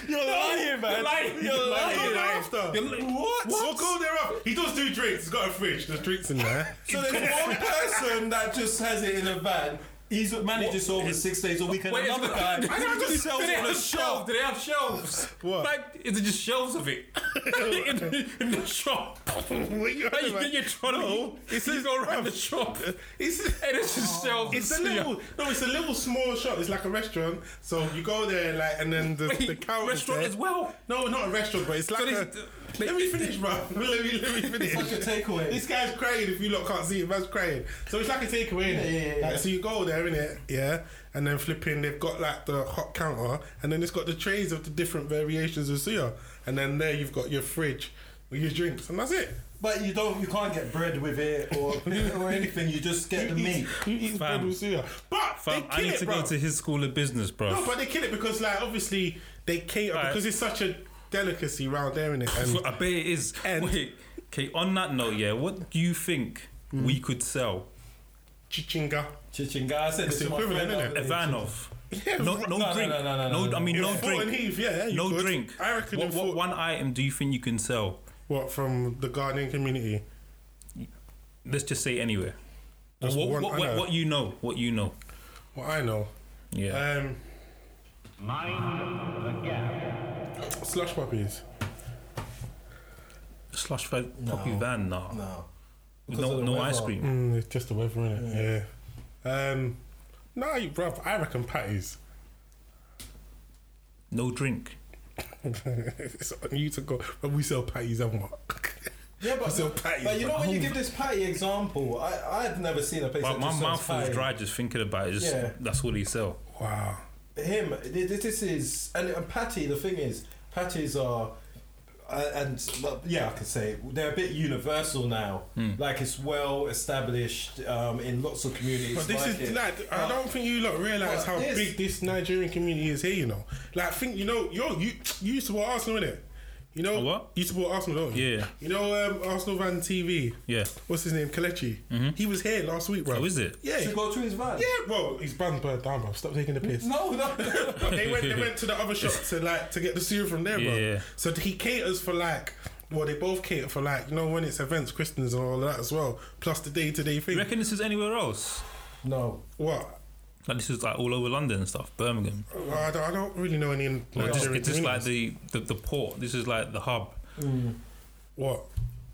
E: You're lying, man.
C: You're lying.
E: You're lying.
C: You're lying.
E: You're
D: li-
E: What?
C: What? We'll call there up. He does do drinks. He's got a fridge. There's drinks in there.
E: So there's one person that just has it in a van. He's manages over six days a week, and
D: Wait,
E: another
D: it's-
E: guy
D: I
C: know,
E: who
C: just-
E: sells
D: do they
E: on a
D: have shelves?
E: shelf.
D: Do they have shelves?
C: What?
D: Like, is it just shelves of it in, the- in the shop?
C: What you
D: Like,
C: on
D: you
C: about?
D: get your trolley.
C: No,
D: it's you go around the shop.
C: It's,
D: And it's just shelves.
C: it's a
D: of
C: little
D: Suya.
C: no, it's a little small shop. It's like a restaurant. So you go there, like, and then the, the
D: Wait,
C: counter
D: restaurant as well.
C: No, not a restaurant, but it's like.
D: this- uh,
C: a, let me finish, bro. let me let me finish.
E: It's like a takeaway.
C: This guy's crying. If you lot can't see him, man's crying. So it's like a takeaway. innit?
E: Yeah, yeah, yeah.
C: Like, so you go there, innit? Yeah, and then flipping. They've got like the hot counter, and then it's got the trays of the different variations of suya, and then there you've got your fridge with your drinks, and that's it.
E: But you don't, you can't get bread with it or or anything. You just get the meat.
C: You eat bread with suya, but
D: Fam,
C: they
D: I
C: kill
D: need
C: it,
D: to
C: bro.
D: go to his school of business, bro.
C: No, but they kill it because like obviously they cater
D: Alright.
C: because it's such a delicacy round there, innit?
D: So
C: And
D: I bet it is.
C: And-
D: Wait, okay. On that note, yeah, what do you think we could sell?
C: chichinga.
E: Chichinga. I said this
C: the
E: to my
C: equivalent,
E: friend.
C: isn't it?
E: the
D: A
E: other
D: van
E: day.
D: of.
C: Yeah,
D: No,
C: right.
D: no,
E: no,
D: drink.
E: no, no, no, no,
D: I mean,
C: In
D: no
C: Fort and
D: drink.
C: Heath, yeah, you
D: no
C: could.
D: drink.
C: I reckon
D: What,
C: in
D: what
C: Fort-
D: one item do you think you can sell?
C: What from the Ghanaian community?
D: Let's just say anywhere.
C: Just
D: what,
C: one
D: what,
C: item.
D: what, what you know? What you know?
C: What I know,
D: Yeah.
C: um,
B: Mind the gap.
C: Um, slush puppies.
D: Slush fa- poppy van, nah.
E: No.
D: No,
E: Because of
D: no,
E: the weather.
D: ice cream.
C: Mm, it's just the weather, innit? Yeah. Um, no, you- bruv, I reckon patties.
D: No drink.
C: it's on you to go, but we sell patties and what?
E: Yeah,
C: we
E: but,
C: sell patties.
E: but you know
C: bruv.
E: when you give this patty example, I I've never seen a place.
D: But
E: that
D: my
E: just sells
D: mouth was
E: patty.
D: dry just thinking about it. Just,
E: Yeah.
D: That's all he sell.
C: wow.
E: Him, thi- thi- this is and, and patty. The thing is, patties are. Uh, and well, yeah, I can say they're a bit universal now.
C: Hmm.
E: Like it's well established um, in lots of communities.
C: But this
E: like
C: is
E: it.
C: like I
E: But-
C: don't think you lot realise
E: but
C: how
E: this-
C: big this Nigerian community is here. You know, like think you know you you you used to watch Arsenal, innit? You know
D: A what?
C: You support Arsenal, don't you?
D: Yeah.
C: You know um, Arsenal Van TV.
D: Yeah. Mm-hmm.
C: What's his name? Kalechi. He was here last week, bro.
D: Oh, is it?
C: Yeah.
E: to go to his van.
C: Yeah. Well, his band's burned down, bro. Stop taking the piss.
E: No, no.
C: But they went. They went to the other shop to like to get the sewer from there, bro.
D: Yeah.
C: So he caters for like. Well, they both cater for like you know when it's events, Christians and all that as well, plus the day to day thing.
D: You reckon this is anywhere else?
E: no.
C: what?
D: Like this is like all over London and stuff, Birmingham.
C: Well, I, don't, I don't really know any.
D: Or
C: Nigerian
D: just, it's just like
C: communities.
D: the, the the port. This is like the hub.
C: What?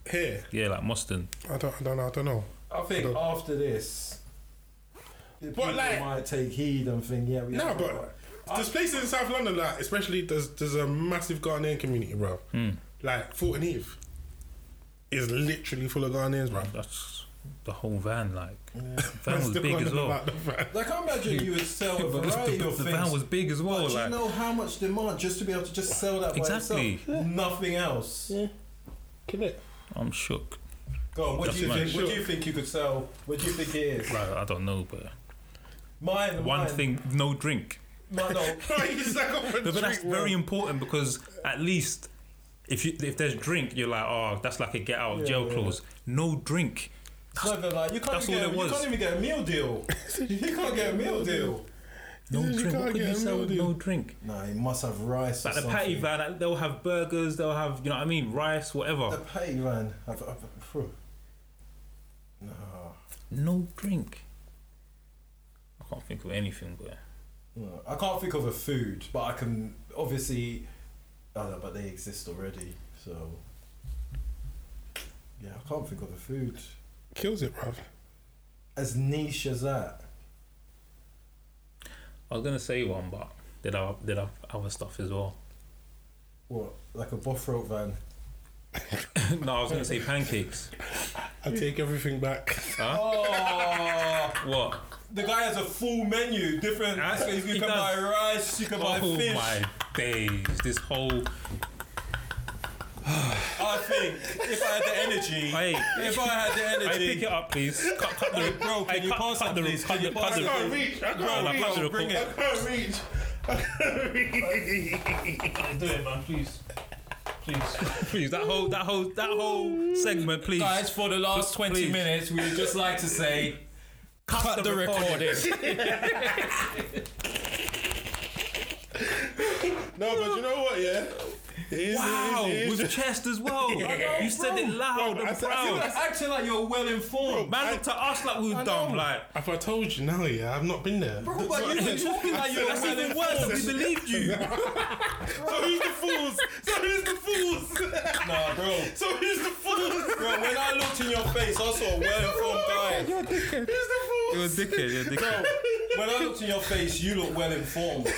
C: Here?
D: Yeah, like Moston.
C: I don't, I don't know. I don't know.
E: I think
C: No.
E: after this, the people
C: like-
E: might take heed and think, yeah, we
C: No,
E: have to
C: but there's places in South London, like especially there's there's a massive Ghanaian community, bro.
D: Hmm.
C: Like Fulton Eve is literally full of Ghanaians, bro.
D: That's the whole van, like. Van
C: That's
D: was
C: the
D: big
C: one
D: as well.
C: about the fact-
E: Like, I imagine you would sell a variety of
D: the
E: things.
D: van was big as well,
E: But do you
D: like.
E: know how much demand just to be able to just sell that
D: Exactly.
E: by itself? Nothing else.
C: Kill it.
D: I'm shook.
E: Go on, what do
D: That's
E: you
D: mad.
E: think? What do you think you could sell? What do you think it is?
D: Like, I don't know, but
E: Mine.
D: one
E: mine,
D: thing, no drink.
E: Mine, no,
C: He's like, "Oh,
D: No, but that's
C: drink, bro."
D: very important because at least if you if there's drink, you're like, oh, that's like a get out of
E: Yeah,
D: jail
E: yeah.
D: clause. No drink.
E: it's not even like you can't,
D: That's
E: even
D: all
E: get,
D: it
E: you
D: was.
E: can't even get a meal deal. you can't get a meal deal.
D: No
C: You
D: drink.
C: can't
D: What could
C: get
D: you
C: a
D: sell
C: meal
D: with
C: deal.
D: no drink?
E: No, it must have rice.
D: Like
E: or
D: the patty
E: something.
D: van, like, they'll have burgers. They'll have you know what I mean, rice,
E: The
D: whatever.
E: patty van. I've, I've, phew. no.
D: No drink. I can't think of anything, but
E: No, I can't think of a food, but I can obviously. I don't know, but they exist already, so. Yeah, I can't think of a food
C: kills it, bro.
E: as niche as that.
D: I was gonna say one, but did I did I other stuff as well?
E: What, like a bothroat van?
D: no, I was gonna say pancakes.
C: I take everything back.
E: Oh,
D: What?
E: the guy has a full menu, different.
D: Ah,
E: you
D: he
E: can
D: does.
E: buy rice, you can buy
D: Oh
E: fish.
D: my days! This whole
E: I think if I had the energy,
D: Hey.
E: if I had the
D: I
E: energy,
D: pick it up, please. Cut, cut the
E: Bro, can
D: Hey,
E: you
D: cut-
E: pass
D: cut
E: that,
D: the-
E: please?
D: cut
E: Can you
D: the- cut
E: pass
D: the-
E: that,
C: I can't
E: please?
C: reach. I
E: Bro,
D: like,
C: can't
D: pass the
E: bro,
C: reach.
E: bring
D: report.
E: it.
C: I can't reach. I can't reach.
D: Do it, man, please. Please, please, that whole, that whole, that whole segment, please.
F: Guys, for the last 20
D: Please.
F: minutes, we would just like to say cut,
D: the
F: the, recording.
C: No, but you know what? Yeah. It is,
D: wow,
C: It is, it
D: with
C: is.
D: chest as well. You said it loud
C: Bro, I
D: and
C: said- I said
D: proud.
C: that-
E: Acting like you're well informed.
D: Man, look to us like we were dumb. Like
C: If I told you now, yeah, I've not been there.
E: Bro, but you've been talking like you're
D: that's
E: well
D: even worse.
E: informed.
D: that We believed you.
C: So who's the fools? So who's the fools?
E: Nah, bro.
C: So who's the fools?
E: Bro, when I looked in your face, I saw a well informed guy.
C: Who's the fools?
D: You're a dickhead. You're a dickhead.
E: When I looked in your face, you look well informed.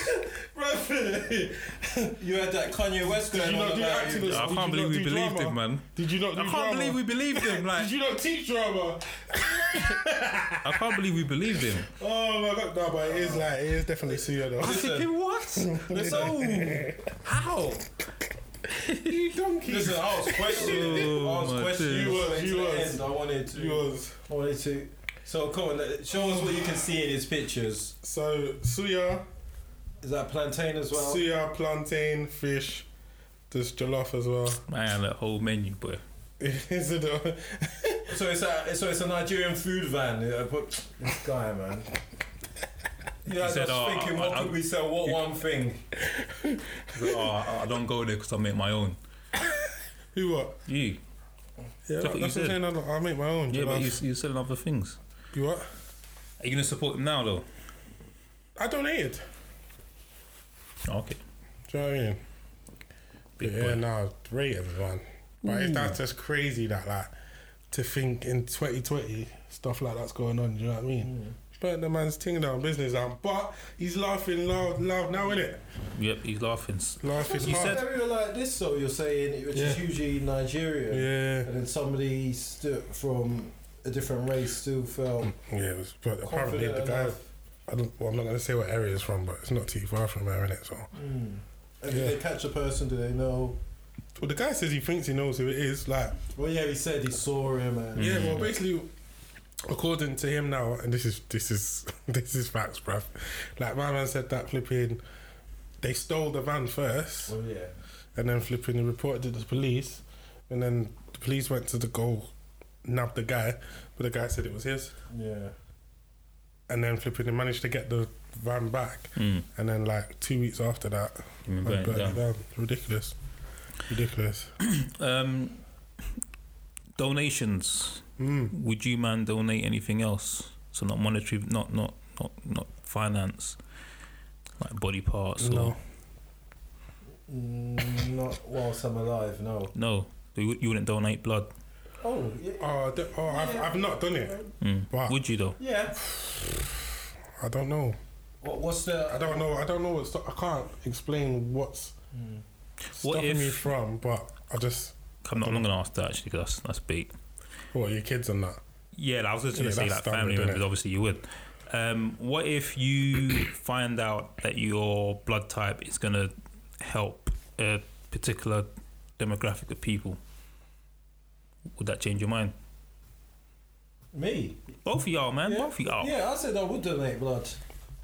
C: Bro,
E: You had that Kanye West going
C: Did you
E: on
C: not do
E: about
C: acting
E: you.
C: as-
D: I
C: Did
D: can't
C: you
D: believe
C: not
D: we
C: do
D: believed
C: drama?
D: him, man.
C: Did you not do
D: I can't
C: drama?
D: believe we believed him. Like
C: Did you not teach drama?
D: I can't believe we believed him.
C: Oh my god, no, but it is like it is definitely Suya though.
D: Thinking what? So how?
C: You donkey.
E: Listen, I was questioning.
D: Oh,
E: I was
D: my
E: questioning. You
C: days.
E: were
C: You
E: you
C: was.
E: end. I wanted to.
C: You was.
E: I wanted to. So come on, let- show us what you can see in his pictures.
C: So Suya,
E: Is that plantain as well?
C: Suya, plantain, fish, there's jollof as well.
D: Man, that whole menu, boy.
C: is it a,
E: So it's a so it's a Nigerian food van. Yeah, but this guy, man. Yeah, I was
D: said, "Oh,
E: thinking,
D: I-
E: what
D: I-
E: could we sell? What one thing?
D: Oh, I I don't go there because I make my own.
C: who what?
D: You.
C: Yeah,
D: That's what
C: that's
D: you
C: what I'm
D: said.
C: saying. I don't- I'll make my own.
D: Yeah, but
C: jollof.
D: you, you're selling other things.
C: you what?
D: Are you gonna support them now though?
C: I donated.
D: Oh, Okay.
C: Do you know what I mean?
D: Big
C: yeah,
D: boy.
C: no, rate everyone. But it's
E: Mm.
C: that's just crazy that like to think in 2020 stuff like that's going on. Do you know what I mean?
E: Mm.
C: But the man's ting down business out, but he's laughing loud, loud now, innit?
D: Yep, he's laughing.
C: Laughing
D: You
C: hard.
D: said-
E: Maybe like this, so you're saying, which is
C: Yeah.
E: usually Nigerian,
C: yeah,
E: and then somebody stu- from a different race still felt
C: yeah. It was, but apparently
E: confident
C: the guy,
E: enough.
C: I don't, well, I'm not gonna say what area it's from, but it's not too far from there, innit? So,
E: Mm. And did
C: Yeah.
E: they catch a person? Do they know?
C: well, the guy says he thinks he knows who it is. Like,
E: Well, yeah, he said he saw him, and
C: yeah,
D: Mm.
C: well, basically, according to him now, and this is this is this is facts, bruv. Like my man said that flipping, they stole the van first,
E: Well, yeah.
C: and then flipping reported it to the police, and then the police went to the goal, nabbed the guy, but the guy said it was his,
E: Yeah.
C: and then flipping they managed to get the van back,
D: Mm.
C: and then like two weeks after that,
D: You mean
C: I
D: burn it
C: burned it
D: down.
C: down. Ridiculous, ridiculous.
D: Um, donations.
C: Mm.
D: Would you man donate anything else? So not monetary, not not not not finance, like body parts.
C: No.
D: Or,
E: Mm, not whilst I'm alive, no.
D: no. You, wou- you wouldn't donate blood.
E: Oh, yeah.
C: Oh, the, oh I've, I've not done it. But
D: Would you though?
E: yeah.
C: I don't know.
E: What, what's
C: I
E: the?
C: don't know. I don't know. What's, I can't explain what's
D: Hmm. What
C: stopping
D: if-
C: me from. But I just.
D: I'm not, I'm not gonna ask that actually, 'cause that's that's big.
C: What your kids and that?
D: Yeah, I was just gonna
C: Yeah,
D: say
C: that's
D: like
C: standard,
D: family
C: innit?
D: members. Obviously, you would. Um, what if you find out that your blood type is gonna help a particular demographic of people? Would that change your mind?
E: Me.
D: Both of y'all, man.
E: Yeah.
D: Both of y'all.
E: Yeah, I said I would donate blood,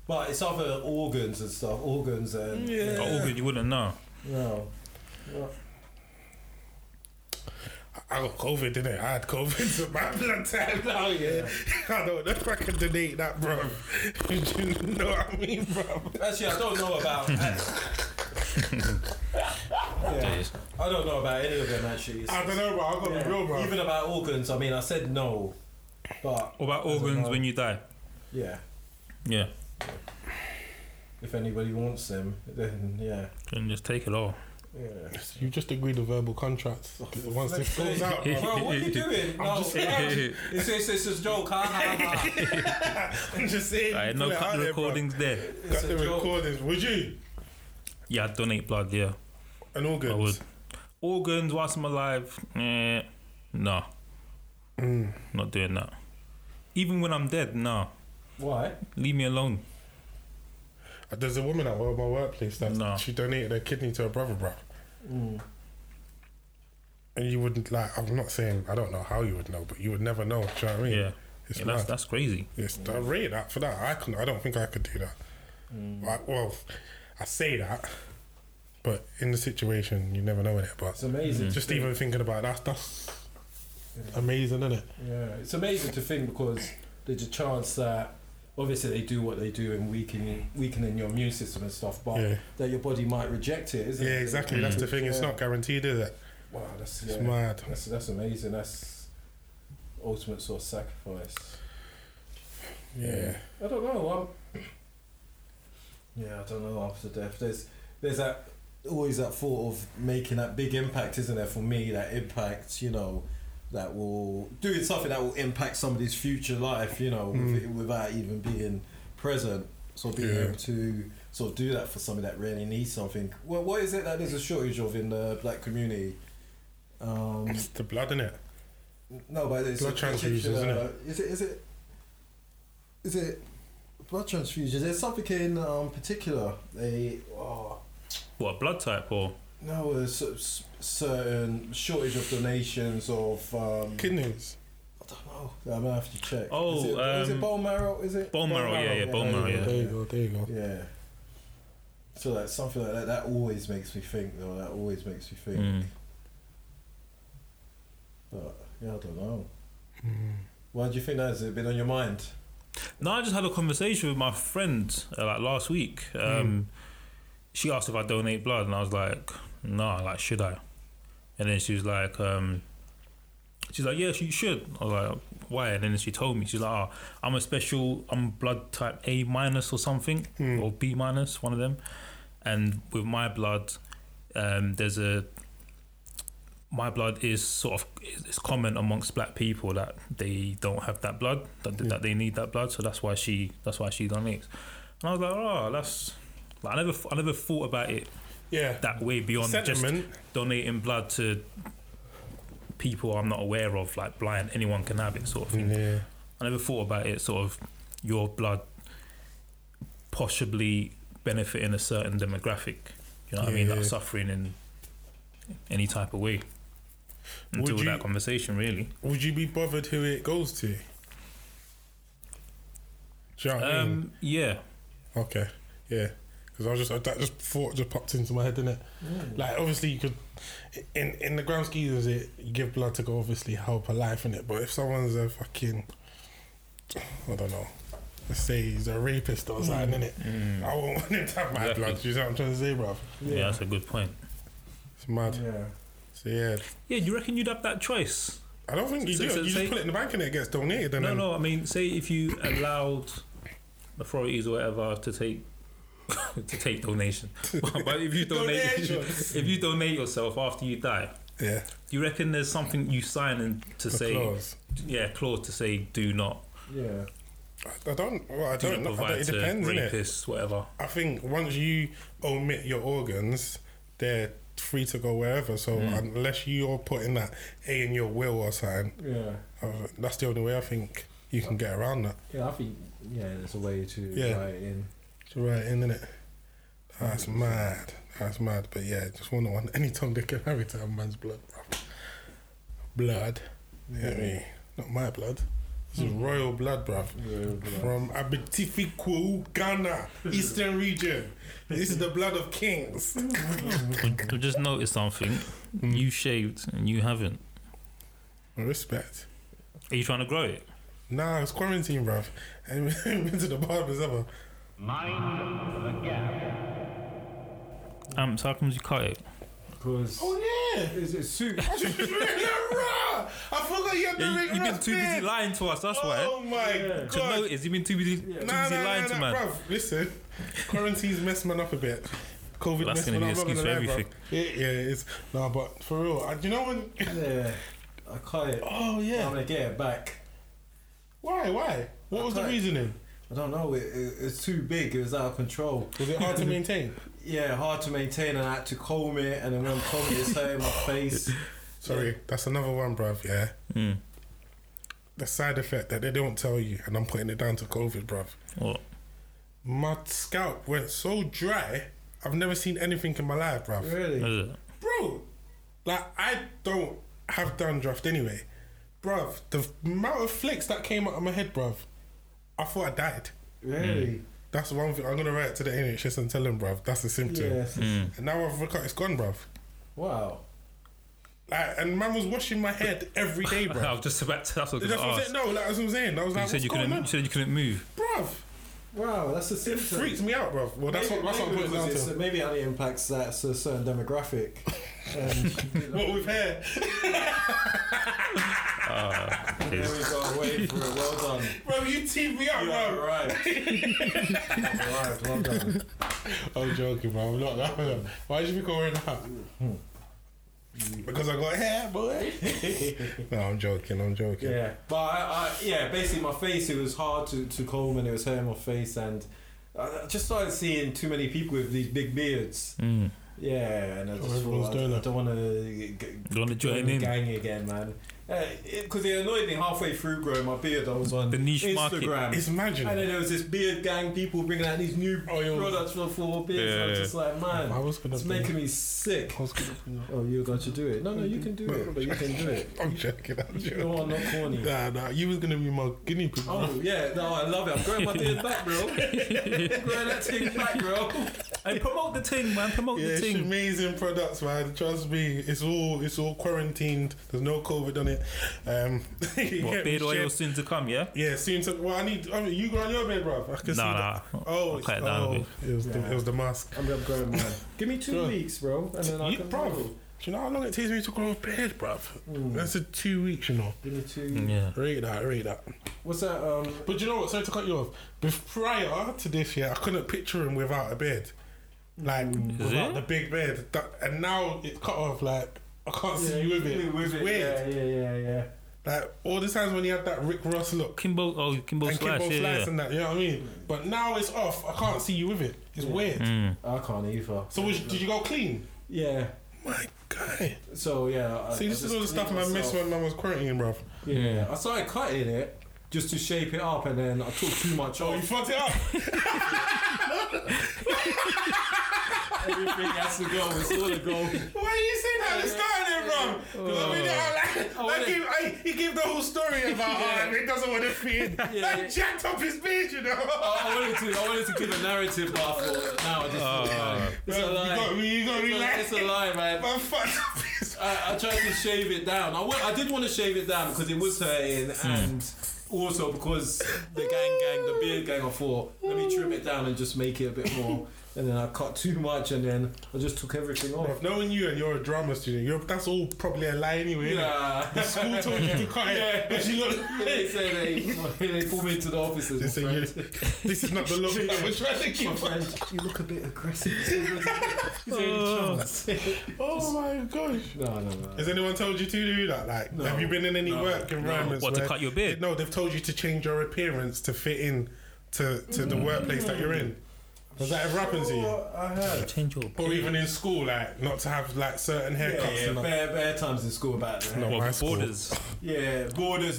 E: but it's other organs and stuff. Organs and yeah.
D: Oh, good, you wouldn't know.
E: No. No.
C: I got COVID, didn't I? I had COVID, so my blood type now, yeah. I don't know if I can donate that, bro. Do you know what I mean, bro?
E: Actually, I don't know about. yeah.
D: Jeez.
E: I don't know about any of them actually.
C: I don't know, bro. I got to
E: Yeah.
C: be real, bro.
E: Even about organs, I mean, I said no, but
D: What about
E: I don't
D: organs
E: know.
D: when you die?
E: yeah,
D: Yeah,
E: if anybody wants them, then yeah,
D: and just take it all.
E: yeah.
C: you just agreed a verbal contract. Once this goes out, bro.
E: Bro, what are you doing? No,
C: just-
E: it's, it's, it's a joke. Ha, ha, ha.
C: I'm just saying.
D: I no
C: put it out
D: cut the
C: there, bro.
D: recordings there.
C: Cut
E: a
C: the
E: joke.
C: recordings. Would you?
D: Yeah, I'd donate blood. Yeah,
C: An organ?
D: I would. Organs whilst I'm alive, eh, no,
C: Mm.
D: not doing that. Even when I'm dead, no.
E: Why?
D: Leave me alone.
C: There's a woman at my workplace that
D: No.
C: she donated her kidney to her brother, bro. And you wouldn't like. I'm not saying I don't know how you would know, but you would never know. Do you know what I mean?
D: Yeah,
C: It's
D: Yeah,
C: mad.
D: that's that's crazy.
C: Yes, I rate that for that. I can. I don't think I could do that. Like, well, I say that, but in the situation, you never know in it. But
E: It's amazing.
C: just even thinking about that, that's amazing, isn't it?
E: Yeah, it's amazing to think because there's a chance that obviously they do what they do in weakening weakening your immune system and stuff, but
C: Yeah.
E: that your body might reject it, isn't
C: Yeah,
E: it?
C: exactly. That's the thing. It's
E: Yeah.
C: not guaranteed, is it?
E: Wow, that's
C: It's
E: yeah.
C: mad.
E: That's that's amazing. That's ultimate sort of sacrifice.
C: Yeah.
E: I don't know. i yeah, I don't know. After death, there's there's that always that thought of making that big impact, isn't there? For me, that impact, you know, that will doing something that will impact somebody's future life, you know, with, without even being present. So being
C: Yeah.
E: able to sort of do that for somebody that really needs something. Well, what is it that there's a shortage of in the black community? Um,
C: It's the blood in it.
E: no, but it's
C: Blood
E: a
C: transfusions,
E: particular- Is it? Is it? Is it blood transfusions? There's something in um, particular. They oh,
D: What blood type or
E: no, there's a s- certain shortage of donations of. Um,
C: Kidneys.
E: I don't know. I'm gonna have to check.
D: Oh,
E: is it, is it
D: um,
E: bone marrow? Is it
D: bone marrow? Yeah, yeah, bone marrow. Yeah.
C: There you go. There you go.
E: Yeah. So that's something like that. That always makes me think, though. That always makes me think.
D: Mm.
E: But yeah, I don't know. Mm. Why do you think that has it been on your mind?
D: No, I just had a conversation with my friend uh, like last week. Um, She asked if I donate blood, and I was like, "No, like should I?" And then she was like, um, "She's like, yes, you should." I was like, "Why?" And then she told me, "She's like, oh, I'm a special, I'm blood type A minus or something, or B minus, one of them." And with my blood, um, there's a my blood is sort of it's common amongst black people that they don't have that blood that, that they need that blood so that's why she that's why she donates and I was like oh that's like, I never I never thought about it
C: Yeah.
D: that way beyond
C: Sentiment.
D: just donating blood to people I'm not aware of like blind anyone can have it sort of thing
C: Yeah.
D: I never thought about it sort of your blood possibly benefiting a certain demographic you know what I
C: Yeah,
D: mean like
C: yeah.
D: suffering in any type of way until
C: you-
D: that conversation really
C: Would you be bothered who it goes to? Do you know what I mean?
D: um yeah
C: Okay, yeah, because I was just that just thought just popped into my head, didn't it? Like obviously you could, in in the grand scheme of it, you give blood to go obviously help a life in it. But if someone's a fucking, I don't know, let's say he's a rapist or something in it,
D: Mm.
C: I won't want him to have my
D: Exactly.
C: blood. Do you know what I'm trying to say, bruv?
D: yeah, that's a good point
C: It's mad.
E: Yeah.
C: So yeah,
D: yeah do you reckon you'd have that choice
C: I don't think you
D: So-
C: do.
D: so
C: it. you
D: say-
C: just put it in the bank and it gets donated. And
D: No,
C: then,
D: no. I mean, say if you allowed authorities or whatever to take to take donation, but if you donate,
C: Donations.
D: if you donate yourself after you die,
C: Yeah.
D: Do you reckon there's something you sign in to
C: The
D: say,
C: clause.
D: yeah, clause to say do not,
E: Yeah.
C: I don't. Well, I
D: do
C: don't. know.
D: not
C: I don't-
D: provide
C: it
D: to
C: depends, innit?
D: rapists, whatever.
C: I think once you omit your organs, they're free to go wherever. So
D: Mm.
C: unless you're putting that A in your will or something,
E: Yeah.
C: uh, that's the only way I think you can get around that.
E: Yeah, I think yeah, there's a way to
C: Yeah.
E: write in.
C: It's right in, innit? That's mad. That's mad. But yeah, just wouldn't want any tongue they can have it to have man's blood, bruv. Blood. You
D: Mm.
C: know what I mean? Not my blood. This is royal blood, bruv.
E: Royal blood.
C: From Abitifiku, Ghana, Eastern region. This is the blood of kings.
D: I just noticed something. You shaved and you haven't.
C: Respect.
D: Are you trying to grow it?
C: Nah, it's quarantine, bruv. I ain't been to the barbers ever.
B: Mind the gap.
D: Um, so how come you cut it?
E: Because
C: Oh, yeah.
E: is it suit?
C: You're right. I forgot you had the
D: Yeah,
C: ring
D: you, have been
C: wrap
D: too busy
C: there.
D: lying to us. That's
C: Oh,
D: why.
C: my
E: Yeah.
D: To
C: God.
D: notice, you've been too busy, too
C: Nah,
D: busy
C: nah,
D: lying
C: nah,
D: to
C: nah,
D: man.
C: bruv. Listen, quarantine's messed man up a bit. COVID
D: That's
C: messed
D: gonna
C: man up.
D: be
C: I'm not
D: an excuse for
C: gonna lie, bruv.
D: everything.
C: Yeah, yeah, it is. Nah, but for real, I, you know when?
E: yeah. I cut it.
C: Oh
E: I'm
C: yeah.
E: gonna get it back.
C: Why? Why? What was the
E: Okay.
C: reasoning?
E: I don't know. It, it, it's too big. It was out of control.
C: Was it hard to maintain?
E: Yeah, hard to maintain. And I had to comb it, and then when I'm combing, it's hurting my face.
C: Sorry, that's another one, bruv. Yeah.
E: Hmm.
D: Mm.
C: The side effect that they don't tell you, and I'm putting it down to COVID, bruv.
D: What?
C: My scalp went so dry. I've never seen anything in my life, bruv.
E: Really?
D: Is it?
C: bro, like I don't have downdraft anyway, bruv. The amount of flicks that came out of my head, bruv, I thought I died.
E: Really?
C: That's one thing I'm gonna write to the NHS and tell them, bruv. That's the symptom.
E: Yes.
C: And now I've recovered. It's gone, bruv.
E: Wow.
C: Like, and man was washing my head every day,
E: Oh,
D: I
C: bruv.
D: was just about to. That's what I was
C: That's
D: going
C: what I'm saying. No, like, that's what I'm saying. I was
D: You
C: like,
D: said
C: what's
D: you
C: going
D: couldn't. You
C: on,
D: said you couldn't move.
C: bruv?
E: Wow, that's a
C: It
E: symptom.
C: freaks me out, bruv. Well, that's what that's what I'm putting it down
E: it's-
C: to.
E: Maybe it only impacts that to a certain demographic. And
C: What with hair?
E: there we go. Wait for it. Well done.
C: Bro, you teed me up,
E: You
C: bruv.
E: are right. Right, well done.
C: I'm joking, bro. I'm not laughing. at- Why did you be wearing that? Because I got hair, boy. no, I'm joking. I'm joking.
E: Yeah, but I, I, yeah, basically my face it was hard to to comb and it was hurting my face and I just started seeing too many people with these big beards.
D: Mm.
E: Yeah, and I just
C: everyone's
E: thought,
C: doing
E: I, I
C: that.
E: don't want to
D: You want to
E: join
D: join
E: the
D: in?
E: gang again, man. Because it annoyed me halfway through growing my beard. I was on
D: The niche
E: Instagram.
D: market.
C: It's
E: And then
C: magic.
E: there was this beard gang people bringing out these new
C: Oh, yeah.
E: products for, for beards. I was
D: Yeah.
E: just like, man,
C: I was gonna
E: it's
C: do
E: making
C: it.
E: me sick.
C: I was gonna-
E: Oh, you're going to do it? No, no, you can do it. But you can do it.
C: I'm joking. I'm
E: No,
C: joking.
E: I'm not corny.
C: Nah, nah. You was gonna be my guinea pig. bro.
E: Oh yeah, no, I love it. I'm growing my beard back, bro. growing that thing back, bro.
D: Hey, promote the ting, man. Promote
C: Yeah,
D: the
C: it's
D: ting.
C: amazing products, man. Trust me, it's all it's all quarantined. There's no COVID on it. Um, you
D: What
C: get me,
D: beard oil
C: shit.
D: soon to come? Yeah.
C: Yeah, soon to. Well, I need. I mean, you grow on your beard, bro. I can see
D: Nah, nah.
C: That. Oh,
D: I'll
C: it's,
D: cut it down a
C: oh
D: bit.
C: it was the, it was the mask.
E: I'm gonna grow mine. Give me two
C: Sure.
E: weeks, bro, and then I
C: You,
E: can
C: bruv,
E: grow.
C: do you know how long it takes me to grow a beard, bruv? That's a two weeks, you know.
E: Give me two.
D: Yeah.
C: Read that, read that.
E: What's that? Um,
C: But you know what? Sorry to cut you off. Bef- prior to this year, I couldn't picture him without a beard, like without
D: it?
C: the big beard. That, and now it's cut off. Like I can't see you with it. it's weird.
E: Yeah, yeah, yeah, yeah.
C: Like all the times when he had that Rick Ross look
D: Kimbo. Oh, Kimbo
C: and
D: Slice.
C: Kimbo
D: Yeah,
C: Slice
D: yeah.
C: and that. You know what I mean? But now it's off. I can't see you with it. It's weird.
D: Mm.
E: I can't either.
C: So was, did you go clean?
E: Yeah.
C: My guy.
E: So yeah. I,
C: See, this
E: I
C: is
E: just
C: all the stuff
E: cleaned
C: I missed
E: myself.
C: when I was quarantining, bruv.
E: Yeah, I started cutting it just to shape it up, and then I took too much
C: Oh, you
E: off.
C: fucked it up.
E: Everything has to go. It's all a go.
C: Why are you saying that at the start then,
E: Oh.
C: bro? Because I mean, I, like, like,
E: wanna-
C: he, I, he gave the whole story about how he doesn't want to feed. Yeah.
E: Yeah. Oh,
C: Like, jacked up his beard, you know?
E: I I wanted to. I wanted to give a narrative, but I thought, no, I just. it's a
C: Ah. you
E: lie.
C: got me, you got me, like,
E: It's a lie, man.
C: man, fucked up his
E: I, I tried to shave it down. I wa- I did want to shave it down because it was hurting, and also because the gang, gang, the beard gang, I thought, let me trim it down and just make it a bit more and then I cut too much, and then I just took everything off.
C: Bruv, knowing you and you're a drama student, you're, that's all probably a lie anyway. innit?
E: Nah.
C: The school told you to cut it, but you
E: they
C: know,
E: say they, they pull me to the office.
C: they say you, this is not the look that we're trying to keep.
E: you look a bit aggressive. Is there any chance?
C: Oh my gosh.
E: no, no, no.
C: Has anyone told you to do that? Like, have you been in any work environments?
D: What, to
C: where-
D: cut your beard?
C: No, they've told you to change your appearance to fit in to, to the
E: Mm.
C: workplace that you're in. Has that ever happened to you?
E: I heard.
D: Change your.
C: Or even in school, like not to have like certain haircuts.
E: Yeah, yeah,
C: and that.
E: bad, bad times in school about that.
C: No. my
D: What,
C: school.
D: borders,
E: Yeah, borders,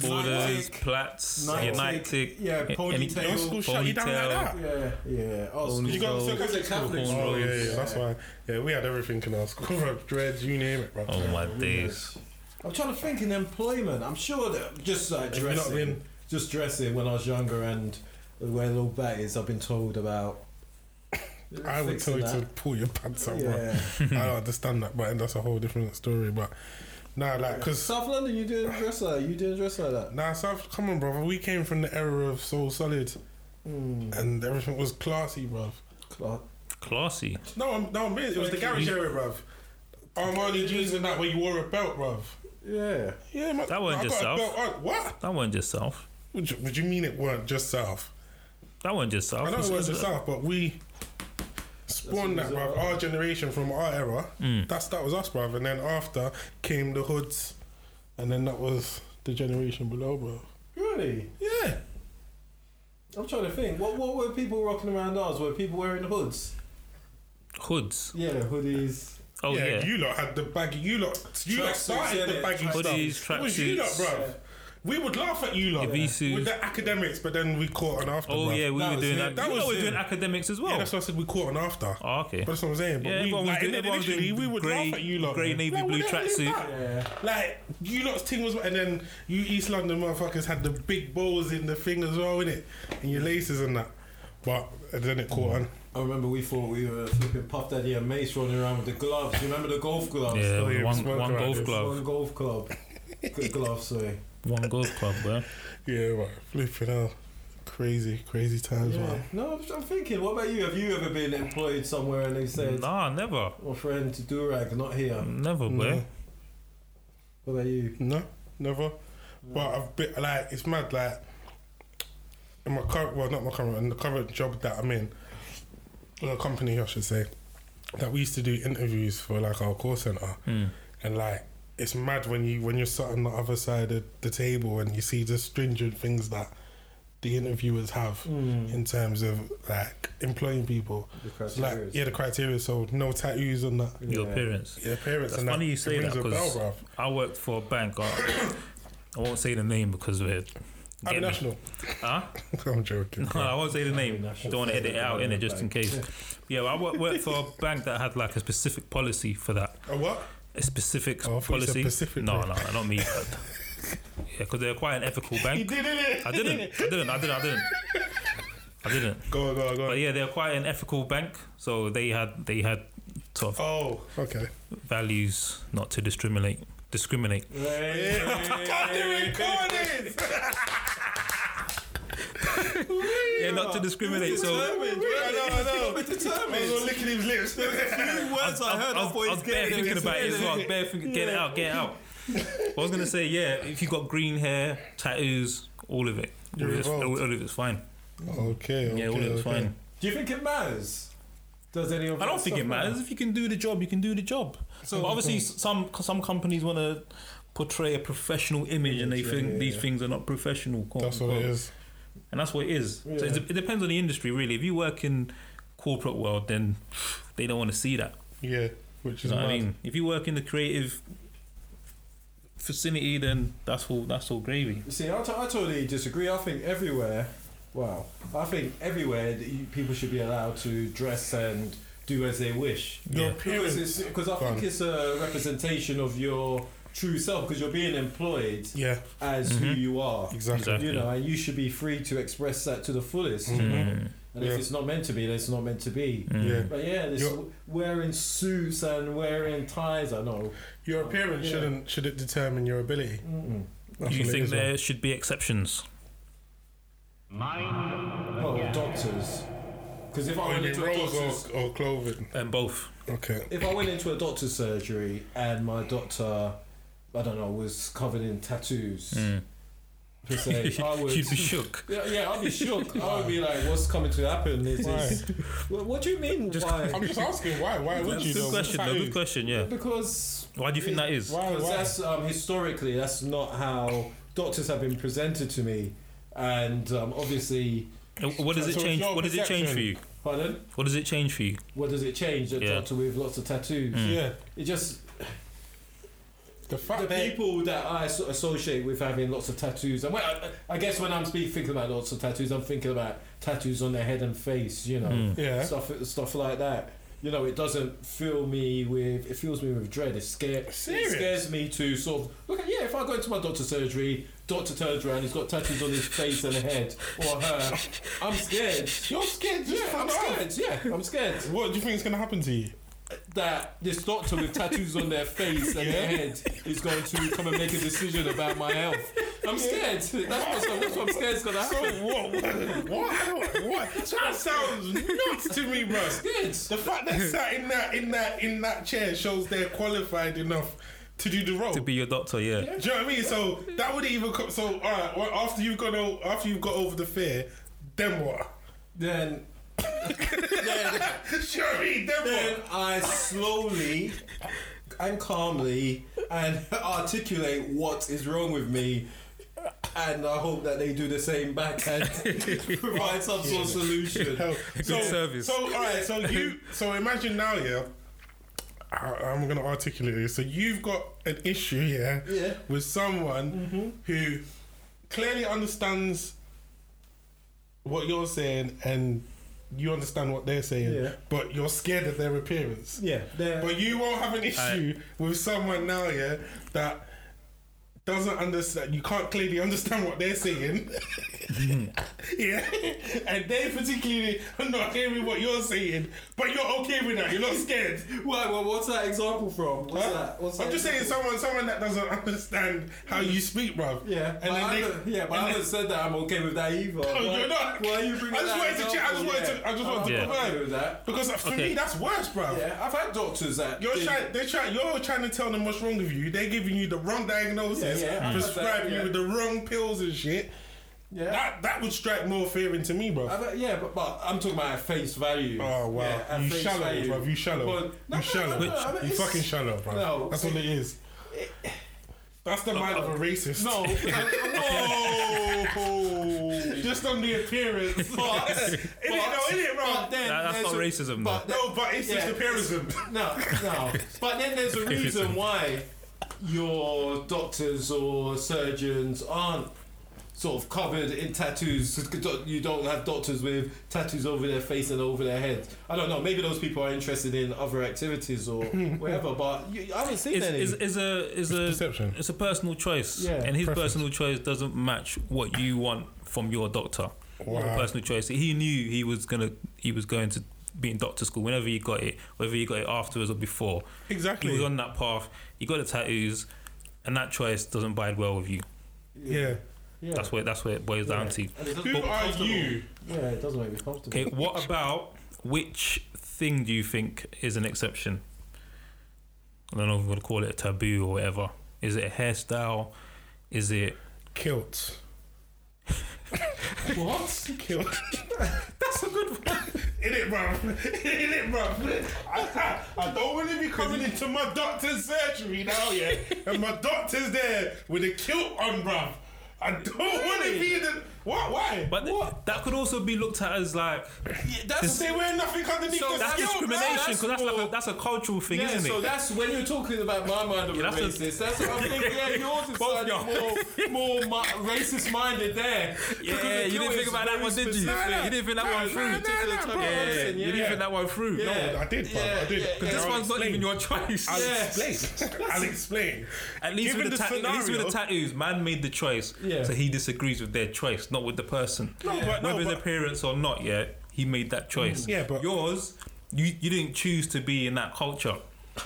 D: borders,
E: borders.
D: plaits,
E: Night
D: yeah,
E: tick.
D: night tick,
E: Yeah,
D: a-
E: ponytail.
D: anything.
C: Your school shut you down like that.
E: Yeah, yeah. Oh,
C: You got
E: school.
C: because
E: it's Catholic
D: Cornrows.
E: school.
C: Oh yeah, yeah, that's why. Yeah, we had everything in our school. Bro, dreads, you name it, bro.
D: Oh my days.
E: I'm trying to think in employment. I'm sure that just like
C: you not
E: dressing,
C: been-
E: just dressing when I was younger and wearing little batties. I've been told about.
C: I would tell
E: fixing
C: you
E: that.
C: to pull your pants up,
E: Yeah.
C: bro. I don't understand that, but that's a whole different story. But nah, like, cause
E: South London, you didn't dress like that. You didn't dress like that.
C: Nah, South, come on, brother. We came from the era of Soul Solid, and everything was classy, bruv.
E: Clark.
D: Classy.
C: No, I'm, no, I'm being- it was the garage era, bruv. Armani jeans and that, where you wore a belt, bruv.
E: Yeah.
C: Yeah, my,
D: That wasn't
C: I
D: just
C: got a
D: South.
C: belt on. What?
D: That wasn't just South.
C: Would you, would you mean it weren't just South?
D: That wasn't just South.
C: I know it
D: It's-
C: weren't just
D: it's-
C: South, but we spawned that,
E: That's
C: bruv. Our generation from our era,
D: Hmm.
C: that's that was us, bruv. And then after came the hoods, and then that was the generation below, bruv.
E: Really?
C: Yeah.
E: I'm trying to think. What what were people rocking around ours? Were people wearing hoods?
D: Hoods.
E: Yeah, hoodies.
D: Oh
C: yeah,
D: yeah.
C: you lot had the baggy. You lot, you lot
E: Tracksuits,
C: started
E: yeah,
C: the
E: yeah,
C: baggy
E: tracksuits.
C: stuff.
D: Hoodies,
C: it was you lot,
D: tracksuits.
C: bruv. We would laugh at you lot
D: Your VCs.
C: with the academics, but then we caught on after.
D: Oh
C: bruv.
D: yeah, we
E: That
D: were
E: was
D: doing
E: it.
D: that.
E: That
D: you
E: was
D: know, we were
E: it.
D: doing academics as well.
C: Yeah, that's why I said we caught on after.
D: Oh, okay.
C: But that's what I'm saying. But
D: Yeah,
C: we,
D: everyone was
C: like,
D: doing-
C: in-
D: everyone was doing
C: initially, we would
D: grey-
C: laugh at you lot.
D: grey
C: bruv.
D: navy
C: Like,
D: blue
C: what the hell is
D: tracksuit.
C: that? Like you lot's thing was, and then you East London motherfuckers had the big balls in the thing as well, innit? and your laces and that. But then it
D: Mm.
C: caught on.
E: I remember we thought we were flipping Puff Daddy and Mace running around with the gloves. You remember the golf gloves?
D: yeah,
C: yeah,
D: one,
C: we
D: one
C: spoke
D: golf
C: about
D: club,
E: One golf club. Good gloves, sorry.
D: one golf club, bro.
C: Yeah, right. Flipping out. Crazy, crazy times,
E: Yeah.
C: man.
E: No, I'm, I'm thinking, what about you? Have you ever been employed somewhere and they said,
D: Nah, never,
E: my friend Durag, not here?
D: never, bro.
C: No.
E: What about you?
C: No, never. But I've been like, it's mad. Like in my current, well, not my current, in the current job that I'm in, in a company, I should say, that we used to do interviews for like our call center,
D: Hmm.
C: and like it's mad when you when you're sat on the other side of the table and you see the stringent things that the interviewers have
D: Hmm.
C: in terms of like employing people.
E: The
C: It's Like
E: criterias.
C: yeah, the criteria. So no tattoos on that.
D: Your
E: Yeah.
D: appearance.
C: Yeah, parents.
D: That's
C: and
D: funny
C: that,
D: you
C: It
D: say that
C: rings a bell,
D: because
C: bruv.
D: I worked for a bank. I, I won't say the name because we're.
C: I'm
D: getting-
C: national.
D: Huh?
C: I'm joking.
D: No, I won't say the name. Don't want to edit it out in it just in case. Yeah, well, I wor- worked for a bank that had like a specific policy for that.
C: A what?
D: A specific
C: Oh, I thought you said
D: policy.
C: Pacific
D: no,
C: Bank.
D: no, not me. but- yeah, because they're quite an ethical bank.
C: did it.
D: I didn't. I didn't. I didn't. I didn't. I didn't.
C: Go on, go on, go
D: But
C: on.
D: yeah, they're quite an ethical bank, so they had they had sort of
C: Oh, okay.
D: values not to discriminate. Discriminate.
C: God, they're recording.
D: Yeah, not to discriminate. So
C: I know, I know. I was
E: Determined.
C: all licking his lips.
E: Words I heard, I
D: I
E: thought
D: was bare thinking about it as well. I was bare thinking, get it out, get it out. I was gonna say, yeah, if you got green hair, tattoos, all of it, all
C: You're
D: of it's,
C: involved.
D: all all of it's fine.
C: Okay, okay.
D: Yeah, all of it's
C: okay.
D: fine.
E: Do you think it matters? Does any of
D: I
E: that
D: don't think
E: stuff
D: it matters. If you can do the job, you can do the job. So obviously, s- some some companies want to portray a professional image, and they think these things are not professional. quote
C: That's what it
D: unquote.
C: is.
D: and that's what it is. So it's, it depends on the industry, really. If you work in corporate world, then they don't want to see that.
C: Yeah, which is
D: You know what I
C: mad.
D: mean? If you work in the creative vicinity, then that's all. That's all gravy.
E: You See, I to- I totally disagree. I think everywhere, well, I think everywhere that you, people should be allowed to dress and do as they wish.
C: Your
E: Because
C: appearance.
E: it's- 'cause I think
C: Fun.
E: it's a representation of your true self because you're being employed
C: Yeah,
E: as who you are.
C: exactly.
D: Mm-hmm. Exactly. Mm.
E: You know, and you should be free to express that to the fullest. And
C: Mm-hmm. Yeah.
E: if it's not meant to be, then it's not meant to be.
C: Yeah.
E: But yeah, this
C: You're-
E: wearing suits and wearing ties, I know.
C: Your appearance
E: Yeah.
C: shouldn't should it determine your ability. That's
D: Do you
C: what it
D: think
C: is, man.
D: there should be exceptions?
B: Mind
E: Well, doctors. Because if I went
C: Maybe
E: into a doctor's
C: rose or, or clothing.
D: And both.
C: Okay.
E: if I went into a doctor's surgery and my doctor, I don't know, was covered in tattoos, per se, I would.
D: Mm. You'd be shook.
E: yeah, yeah, I'd be shook. I would be like, "What's coming to happen? Is this? Wha- What do you mean? why?
C: I'm just asking why. Why would you?
D: good
C: though?
D: question, though. Good
C: Tattoo.
D: question, yeah.
E: Because
D: Why do you think that is?
C: Why?
E: Because
C: Why?
E: that's um, historically that's not how doctors have been presented to me, and um, obviously,
D: And Uh, What does it
C: So it's
D: change?
C: your
D: What does it change for
C: perception.
D: you?
E: pardon.
D: What does it change for you?
E: What does it change? A
D: Yeah.
E: doctor with lots of tattoos.
C: Yeah.
E: It just
C: The fact
E: the
C: that
E: people that I as- associate with having lots of tattoos. And when, I, I guess when I'm speaking thinking about lots of tattoos, I'm thinking about tattoos on their head and face. You know,
C: Yeah.
E: stuff stuff like that. You know, it doesn't fill me with. It fills me with dread. It scares.
C: Serious?
E: It scares me to sort of look. At, yeah, if I go into my doctor's surgery, doctor turns around, he's got tattoos on his face and head or her. I'm scared.
C: you're scared.
E: Yeah,
C: Yeah,
E: I'm
C: I know.
E: scared. Yeah, I'm scared
C: What do you think is gonna happen to you?
E: that this doctor with tattoos on their face and their head is going to come and make a decision about my health. I'm scared. That's what, that's what I'm scared is going to
C: So
E: happen.
C: what? What? What? what? That sounds nuts to me, bro. The
E: Scared.
C: fact they sat in that in that in that chair shows they're qualified enough to do the role.
D: To be your doctor, yeah.
C: do you know what I mean? So that would even come. So all right, well, after you've got o- after you've got over the fear, then what?
E: Then,
C: Do you know what I mean? Then,
E: then
C: what?
E: I slowly and calmly and articulate what is wrong with me. And I hope that they do the same back and provide some sort of solution.
C: Hell, So,
D: service.
C: so all right, so you so imagine now, yeah. I, I'm gonna articulate this. So you've got an issue, yeah,
E: Yeah. Mm-hmm.
C: with someone who clearly understands what you're saying and you understand what they're saying,
E: Yeah.
C: but you're scared of their appearance.
E: Yeah, they're-
C: But you won't have an issue with someone now, yeah, that doesn't understand. You can't clearly understand what they're saying. yeah, and they particularly are not hearing what you're saying, but you're okay with that. You're not scared.
E: Wait, well, what's that example from? What's
C: Huh?
E: that? What's
C: I'm
E: that
C: just saying,
E: example?
C: someone, someone that doesn't understand how you speak, bro.
E: Yeah,
C: and
E: but I
C: then
E: haven't-
C: they,
E: yeah, but I
C: and
E: haven't
C: then-
E: said that I'm okay with that either.
C: No,
E: why,
C: you're not.
E: Why are you bringing
C: I just
E: that
C: wanted to. check- I just
E: example?
C: wanted
E: Yeah.
C: to. I just wanted
E: I'm
C: to
E: not
C: confirm.
E: okay with that.
C: Because for
D: Okay.
C: me, that's worse, bro.
E: Yeah, I've had doctors that.
C: You're
E: did-
C: trying, they're trying, you're trying to tell them what's wrong with you. They're giving you the wrong diagnosis,
E: Yeah, yeah, I
C: prescribing
E: got that, yeah.
C: you with the wrong pills and shit.
E: Yeah.
C: That that would strike more fear into me, bro.
E: I've had- yeah, but, but I'm talking about at face value.
C: Oh wow,
E: Yeah, at
C: you
E: face
C: shallow,
E: value.
C: bro. You shallow.
E: But- no,
C: you
E: no,
C: shallow.
E: no, no, I mean,
C: you
E: it's-
C: fucking shallow, bro.
E: No.
C: That's all it is. That's the mind of a racist.
E: No, I'm not-
C: Oh, just on the appearance. But,
E: But-
C: innit, no, innit, bro?
E: but then
D: That- that's
E: there's
D: not
E: a-
D: racism,
E: But
D: though.
C: no, but it's
E: Yeah.
C: just appearism.
E: No, no. But then there's a reason why your doctors or surgeons aren't sort of covered in tattoos. You don't have doctors with tattoos over their face and over their head. I don't know. Maybe those people are interested in other activities or whatever. But you, I haven't seen
D: Is,
E: any.
D: is, is a is a
C: perception.
D: it's a personal choice,
E: Yeah.
D: and his
C: Preference.
D: personal choice doesn't match what you want from your doctor.
C: Wow.
D: Your Personal choice. He knew he was gonna he was going to be in doctor school whenever he got it, whether he got it afterwards or before.
C: Exactly.
D: He was on that path. He got the tattoos, and that choice doesn't bide well with you.
C: yeah.
E: yeah.
D: That's where that's where it boils down to.
E: And it doesn't
C: Who
E: make me
C: are
E: comfortable.
C: you?
E: Yeah, it doesn't make me comfortable.
D: Okay, what about which thing do you think is an exception? I don't know if we're gonna call it a taboo or whatever. Is it a hairstyle? Is it
C: Kilt.
E: What?
C: Kilt. That's a good one. In it, bro. In it, bro. I, I, I don't want to be coming into my doctor's surgery now, yeah. and my doctor's there with a kilt on, bro. I don't want to be in the. What? Why?
D: But th- that could also be looked at as like
C: That's they wear nothing underneath
E: So
C: the
D: that's
C: skirt, bruv.
D: discrimination because that's, like
E: more-
D: a, that's a cultural thing,
E: Yeah,
D: isn't
E: so
D: it?
E: that's when you're talking about my mind of
D: Yeah,
E: a
D: that's a-
E: racist. That's what I'm thinking. Yeah, yours is slightly
D: y'all.
E: more, more mi- racist minded there. Because the
D: you
E: guilt
D: didn't think
E: is
D: about that
E: very
D: one, did you?
E: specific.
C: No, no.
D: You didn't think that
C: No,
D: one
C: no,
D: through.
C: no, no, bro.
D: yeah, yeah, yeah. You
E: Yeah.
D: didn't think that one through.
E: Yeah.
C: No, I did, bro. I did.
E: Yeah, yeah,
C: 'Cause
D: This
C: I'll
D: one's not
C: explain.
D: even your choice.
C: I'll
E: Yeah.
C: explain. I'll explain.
D: At least,
C: Given
D: with the
C: the
D: ta- at least with
C: scenario-
D: the tattoos, man made the choice.
E: Yeah.
D: So he disagrees with their choice, not with the person.
C: No, but- no,
D: Whether his
C: but- Mm.
D: appearance or not, yeah, he made that choice.
C: Yeah, but-
D: yours, you, you didn't choose to be in that culture.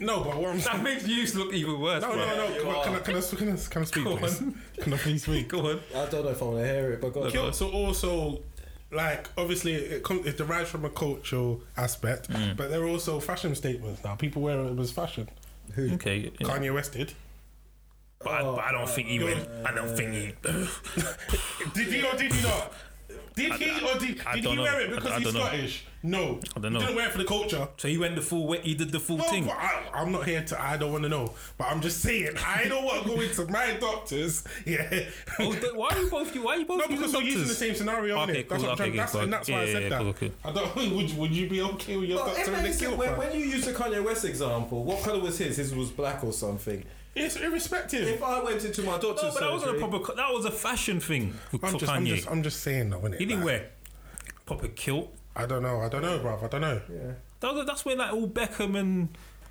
C: No, but what I'm
D: That makes you look even worse.
C: No,
D: bro.
C: no, no. Come on, Can I, can I, can I, can I speak,
D: Go
C: please?
D: on.
C: Can I please speak?
D: Go on.
E: I don't know if I want to hear it, but go
C: Kilts are also like obviously it comes it derives from a cultural aspect,
D: Mm.
C: but there are also fashion statements now. People wear it as fashion. Who?
D: Okay, yeah.
C: Kanye West did.
D: But, I, but I don't think he went. I don't think he.
C: Did he or did he not? Did he or did,
D: I
C: did
D: don't
C: he
D: know.
C: wear it
D: I-
C: because
D: I
C: he's
D: don't know.
C: Scottish? No,
D: I don't know.
C: He didn't wear it for the culture.
D: so he went the full. way- He did the full
C: No,
D: thing.
C: but I, I'm not here to. I don't want to know, but I'm just saying. I don't want to go into my doctors. Yeah.
D: Oh, th- why are you both? Why are you both?
C: No, because
D: using
C: we're using the
D: doctors?
C: same scenario,
D: Okay,
C: innit? That's
D: cool,
C: what I'm trying.
D: okay,
C: that's,
D: cool.
C: and that's why I
D: Yeah,
C: said
D: yeah,
C: that.
D: cool, okay.
C: I don't. Would, would you be okay with your
E: But it
C: doctor in the
E: makes sense.
C: kilt?
E: when,
C: man?
E: when you use the Kanye West example, what colour was his? His was black or something.
C: It's irrespective.
E: If I went into my doctor's
D: No, but that wasn't a
E: surgery-
D: proper. co- That was a fashion thing for,
C: I'm
D: for
C: just,
D: Kanye.
C: I'm just, I'm just saying though, innit?
D: he didn't
C: Like,
D: wear proper kilt.
C: I don't know. I don't know, bruv. I don't know.
D: That was, that's when like all Beckham and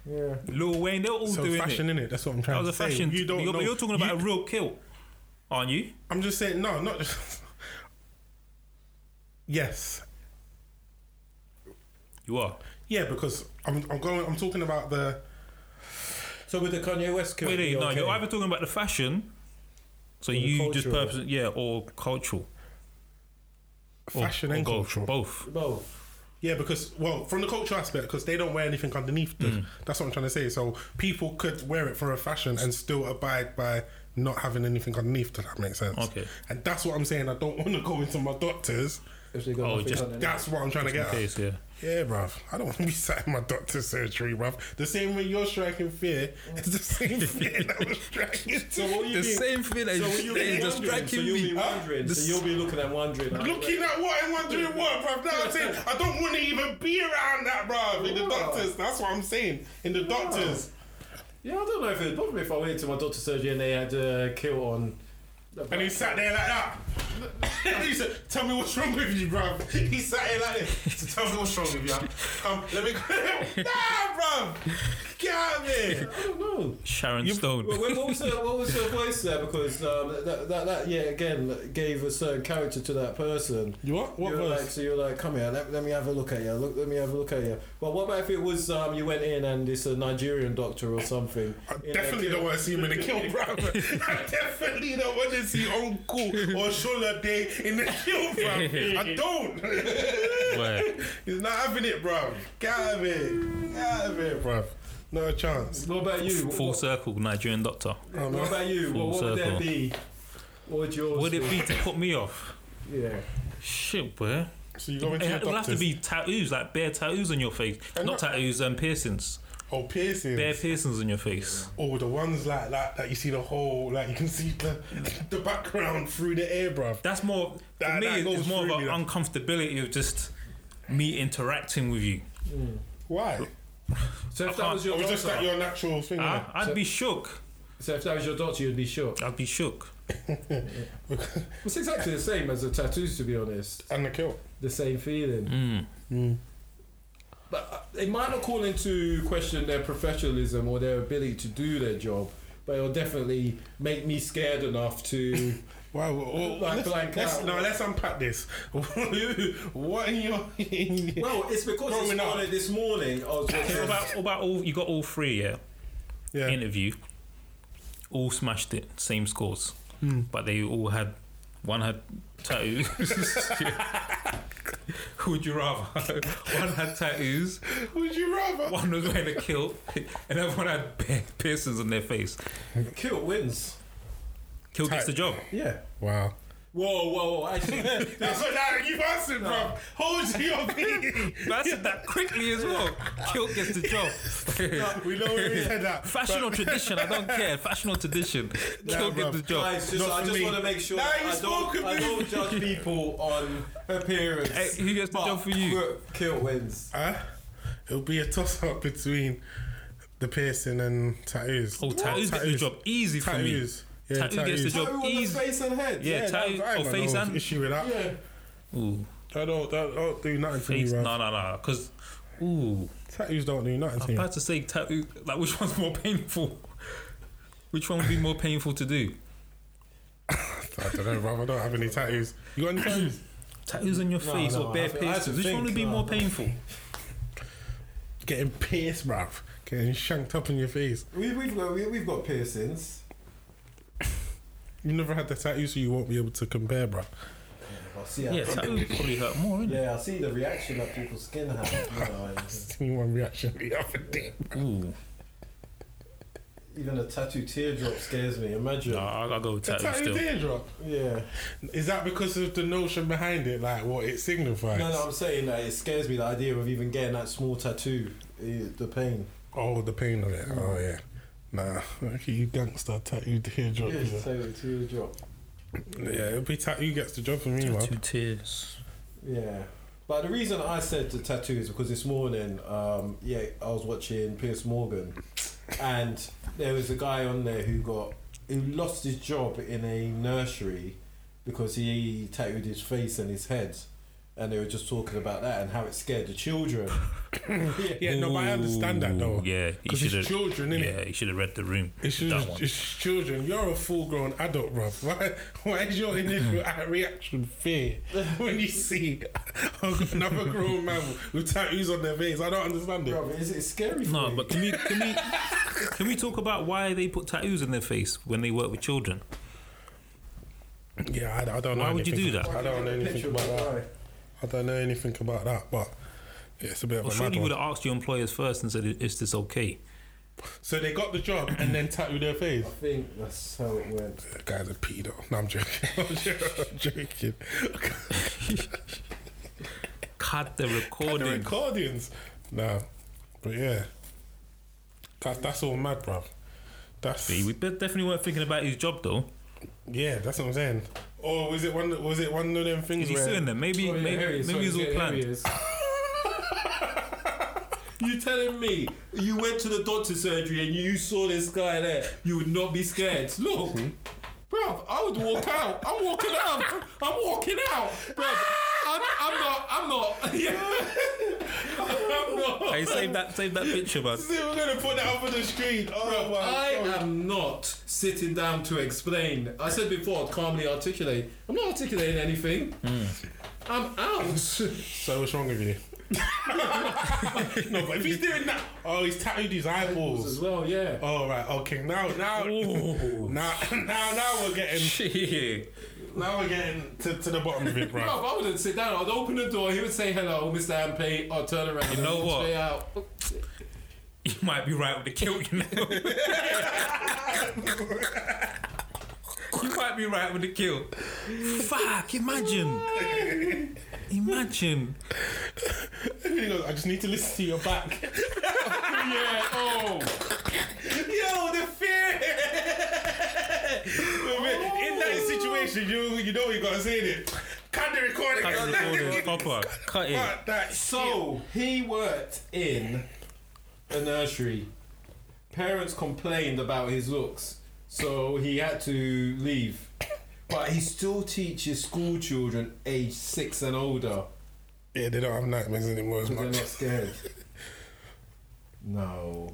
E: Yeah.
D: Lil Wayne, they were all
C: So
D: doing
C: fashion,
D: it.
C: innit? That's what I'm
D: That
C: trying
D: was
C: to
D: a
C: say.
D: fashion.
C: You don't
D: you're,
C: know.
D: but you're talking about
C: You-
D: a real kilt, aren't you?
C: I'm just saying. No, not just. yes.
D: You are.
C: Yeah, because I'm, I'm going. I'm talking about the.
E: So with the Kanye West kilt,
D: Wait, wait,
E: it'd be
D: no, you're
E: okay.
D: either talking about the fashion, so
E: the
D: you just
E: cultural.
D: purpose, yeah, or cultural, Or-
C: Fashion
D: or
C: and
D: both,
C: cultural.
D: both.
E: both.
C: Yeah, because well, from the cultural aspect, because they don't wear anything underneath. The,
D: Mm.
C: That's what I'm trying to say. So people could wear it for a fashion and still abide by not having anything underneath. Does that make sense?
D: Okay.
C: And that's what I'm saying. I don't want to go into my doctors.
E: If they got
D: Oh,
E: nothing
D: just-
E: on it.
C: That's what I'm trying to get. at.
D: Case, yeah.
C: Yeah, bruv. I don't want to be sat in my doctor's surgery, bruv. The same way you're striking fear is the same fear that was striking.
E: So what you
C: the
E: mean-
C: same.
D: thing
E: So will you be
C: just
E: wondering? So
C: striking
E: you'll be
C: me. Huh?
E: wondering.
D: This-
E: So you'll be looking and wondering. like,
C: Looking at what and wondering what, bruv. Now I'm saying I don't want to even be around that, bruv. In the doctors, that's what I'm saying. In the doctors,
E: Yeah, I don't know if it'd bother me if I went into my doctor's surgery and they had a kilt on.
C: and he sat there like that. he said, "Tell me what's wrong with you, bruv." He sat there like this. Tell me what's wrong with you. Come, let me go. nah, bruv. Get out of here.
E: I don't know.
D: Sharon Stone.
E: Well, when- what, was her, what was her voice there? Because um, that, that, that, yeah, again, gave a certain character to that person.
C: You what? What
E: you were
C: verse?
E: Like, so you're like, come here, let, let me have a look at you. Look, let me have a look at you. But what about if it was um, you went in and it's a Nigerian doctor or something?
C: I
E: in a
C: definitely
E: kilt?
C: don't want to see him in a kill, brother. I definitely don't want to see Uncle or Shola Day in the kill, bro. I don't.
D: Where?
C: He's not having it, bro. Get out of it. Get out of it, bro. Not a chance.
E: What about you?
D: Full
E: What,
D: circle, Nigerian doctor.
E: what about you? What,
D: Full
E: what would
D: circle.
E: that be? What would yours
D: Would it be to put me off?
E: Yeah.
D: Shit, boy.
C: So you go into your
D: It'll have to
C: doctors.
D: be tattoos, like bare tattoos on your face. Not tattoos, um, piercings.
C: oh, piercings.
D: Bare piercings on your face.
C: Oh, the ones like that that you see the whole, like you can see the, the background through the air, bro.
D: That's more,
C: That-
D: for me,
C: that goes
D: it's more
C: through
D: of
C: me,
D: an
C: that.
D: uncomfortability of just me interacting with you.
C: Why?
E: So if that
D: can't-
E: was your
C: Or
E: doctor,
C: just like your natural thing,
D: I,
C: innit?
D: I'd be shook.
E: so if that was your doctor, you'd be shook.
D: I'd be shook.
E: It's exactly the same as the tattoos, to be honest.
C: and the kill.
E: The same feeling.
D: Mm.
E: But uh, it might not call into question their professionalism or their ability to do their job, but it'll definitely make me scared enough to.
C: Wow, well, well,
E: Like
C: let's,
E: blank
C: let's-
E: out.
C: no, let's unpack this. what in your
E: well, it's because
C: Growing
E: it's
C: up.
E: morning, this morning I was
D: What
E: watching.
D: about, what about all? You got all three, yeah.
C: yeah.
D: Interview, all smashed it, same scores, but they all had one had tattoos. Who would you rather? one had tattoos,
C: Would you rather?
D: one was wearing a kilt, and everyone had pi- piercings on their face.
E: Kilt wins.
D: Kilt gets the job.
E: Yeah.
C: Wow.
E: Whoa, whoa, whoa! Actually,
C: That's what now you answered, bro. Hold your pee.
D: I said that quickly as well. Kilt gets the job.
C: we know we said that.
D: Fashion or
C: but-
D: tradition, I don't care. Fashion or tradition,
C: bruv.
D: Kilt gets the job.
E: guys, just,
C: Not
E: I
C: for
E: just
C: me.
E: want to make sure
C: Now
E: that
C: you
E: I
C: spoke
E: don't,
C: of
E: I
C: me.
E: don't judge people on appearance.
D: Hey, who gets the
E: But
D: job for you?
E: Kilt wins.
C: Huh? It'll be a toss up between the piercing and tattoos.
D: Oh, tattoos get the job easy for me.
C: Tattoos. Yeah,
D: Tattoo gets the
C: tattoos.
D: job.
E: Tattoo on the
D: easy.
E: face and head.
D: Yeah, tattoo
C: I ain't
D: or
C: got
D: face
C: no
D: and
C: issue with that.
E: Yeah.
D: ooh,
C: That don't, that don't do nothing for me,
D: face.
C: bro.
D: No, no, no, because ooh,
C: Tattoos don't do nothing to
D: I'm
C: me.
D: about to say tattoo. Like, which one's more painful? Which one would be more painful to do?
C: I don't know, bro. I don't have any tattoos. You got any tattoos?
D: Tattoos on your face
E: no,
D: or bare
E: I- I had to
D: piercings? Which one
E: think,
D: would be
E: no,
D: more
E: no.
D: painful?
C: Getting pierced, bruv. Getting shanked up in your face.
E: We, we've got we, we've got piercings.
C: You've never had the tattoo, so you won't be able to compare, bruv.
E: I'll Oh, see how
D: Yeah, that would probably hurt more, wouldn't it?
E: Yeah, I see the reaction that people's skin have. You know, and
C: Seen one reaction the other day.
D: Ooh.
E: even a tattoo teardrop scares me. Imagine.
D: No, I'll, I'll go with
C: The
D: tattoo
C: tattoo
D: still.
C: teardrop.
E: Yeah.
C: Is that because of the notion behind it, like what it signifies?
E: No, no, I'm saying that it scares me the idea of even getting that small tattoo, eh, the pain.
C: Oh, the pain of it. Oh yeah. Nah, okay, you gangster tattoo teardrop.
E: Yeah,
C: Yeah,
E: so teardrop.
C: yeah it'll be tattoo gets the job for me, man.
D: Two tears.
E: Yeah. But the reason I said the tattoo is because this morning, um, yeah, I was watching Pierce Morgan, and there was a guy on there who got who lost his job in a nursery because he tattooed his face and his head, and they were just talking about that and how it scared the children.
C: Yeah, no, but I understand that though.
D: Ooh, Yeah, he
C: because
D: should've-
C: it's children, innit?
D: Yeah, he should have read the room.
C: It's,
D: with
C: just,
D: that one.
C: it's children. You're a full-grown adult, bruv. Why, why is your initial reaction fear when you see another grown man with tattoos on their face? I don't understand it.
E: Bro, is it scary? For
D: No,
E: you?
D: but can we can we can we talk about why they put tattoos in their face when they work with children?
C: Yeah, I, I don't know.
D: Why would you
C: anything.
D: do that?
C: I don't know anything
E: Picture of
C: about
E: the
C: that.
E: guy.
C: I don't know anything about that, but yeah, it's a bit of
D: Well,
C: a mad
D: surely you
C: one.
D: would have asked your employers first and said, "Is this okay?"
C: So they got the job and then tattooed their face.
E: I think that's how it went.
C: That guy's a pedo. No, I'm joking. I'm joking. I'm joking.
D: Cut the
C: the
D: recording.
C: recordings. No, but yeah, that's that's all mad, bruv. That's
D: See, we bet- definitely weren't thinking about his job though.
C: yeah, that's what I'm saying. Or was it one? Was it one of them
D: Is
C: things
D: he suing
C: where
D: them? Maybe,
F: Oh,
D: maybe, maybe it's all planned.
F: You telling me you went to the doctor surgery and you saw this guy there? You would not be scared. Look, bruv, I would walk out. I'm walking out. I'm walking out, bruv. I'm, I'm not. I'm not. Yeah. I'm not.
D: Hey, save that, save that picture, man.
C: See, we're gonna put that up on the screen? Oh my
F: I
C: God.
F: am not sitting down to explain. I said before, calmly articulate. I'm not articulating anything. I'm out.
C: So what's wrong with you? no, but if he's doing that, oh, he's tattooed his
F: As
C: eyeballs.
F: well, yeah.
C: All right, okay, now, now, now, now, now we're getting,
D: Shit.
C: now we're getting to, to the bottom of it,
F: No,
C: bruv.
F: if I wouldn't sit down. I'd open the door. He would say hello, Mr. Ampay. I'd turn around. You
D: know what?
F: Stay out.
D: You might be right with the kilt, you know. you might be right with the kilt. Fuck, imagine. imagine.
C: He goes, I just need to listen to your back.
F: Yeah. Oh.
C: Yo, the fear. In that situation, you you know you gotta say it. Cut the recording.
D: Cut the recording, proper. Cut it.
C: Cut that.
E: So he worked in a nursery. Parents complained about his looks, so he had to leave. But he still teaches school children age six and older.
C: Yeah, they don't have nightmares anymore as
E: They're not
C: much.
E: scared. No.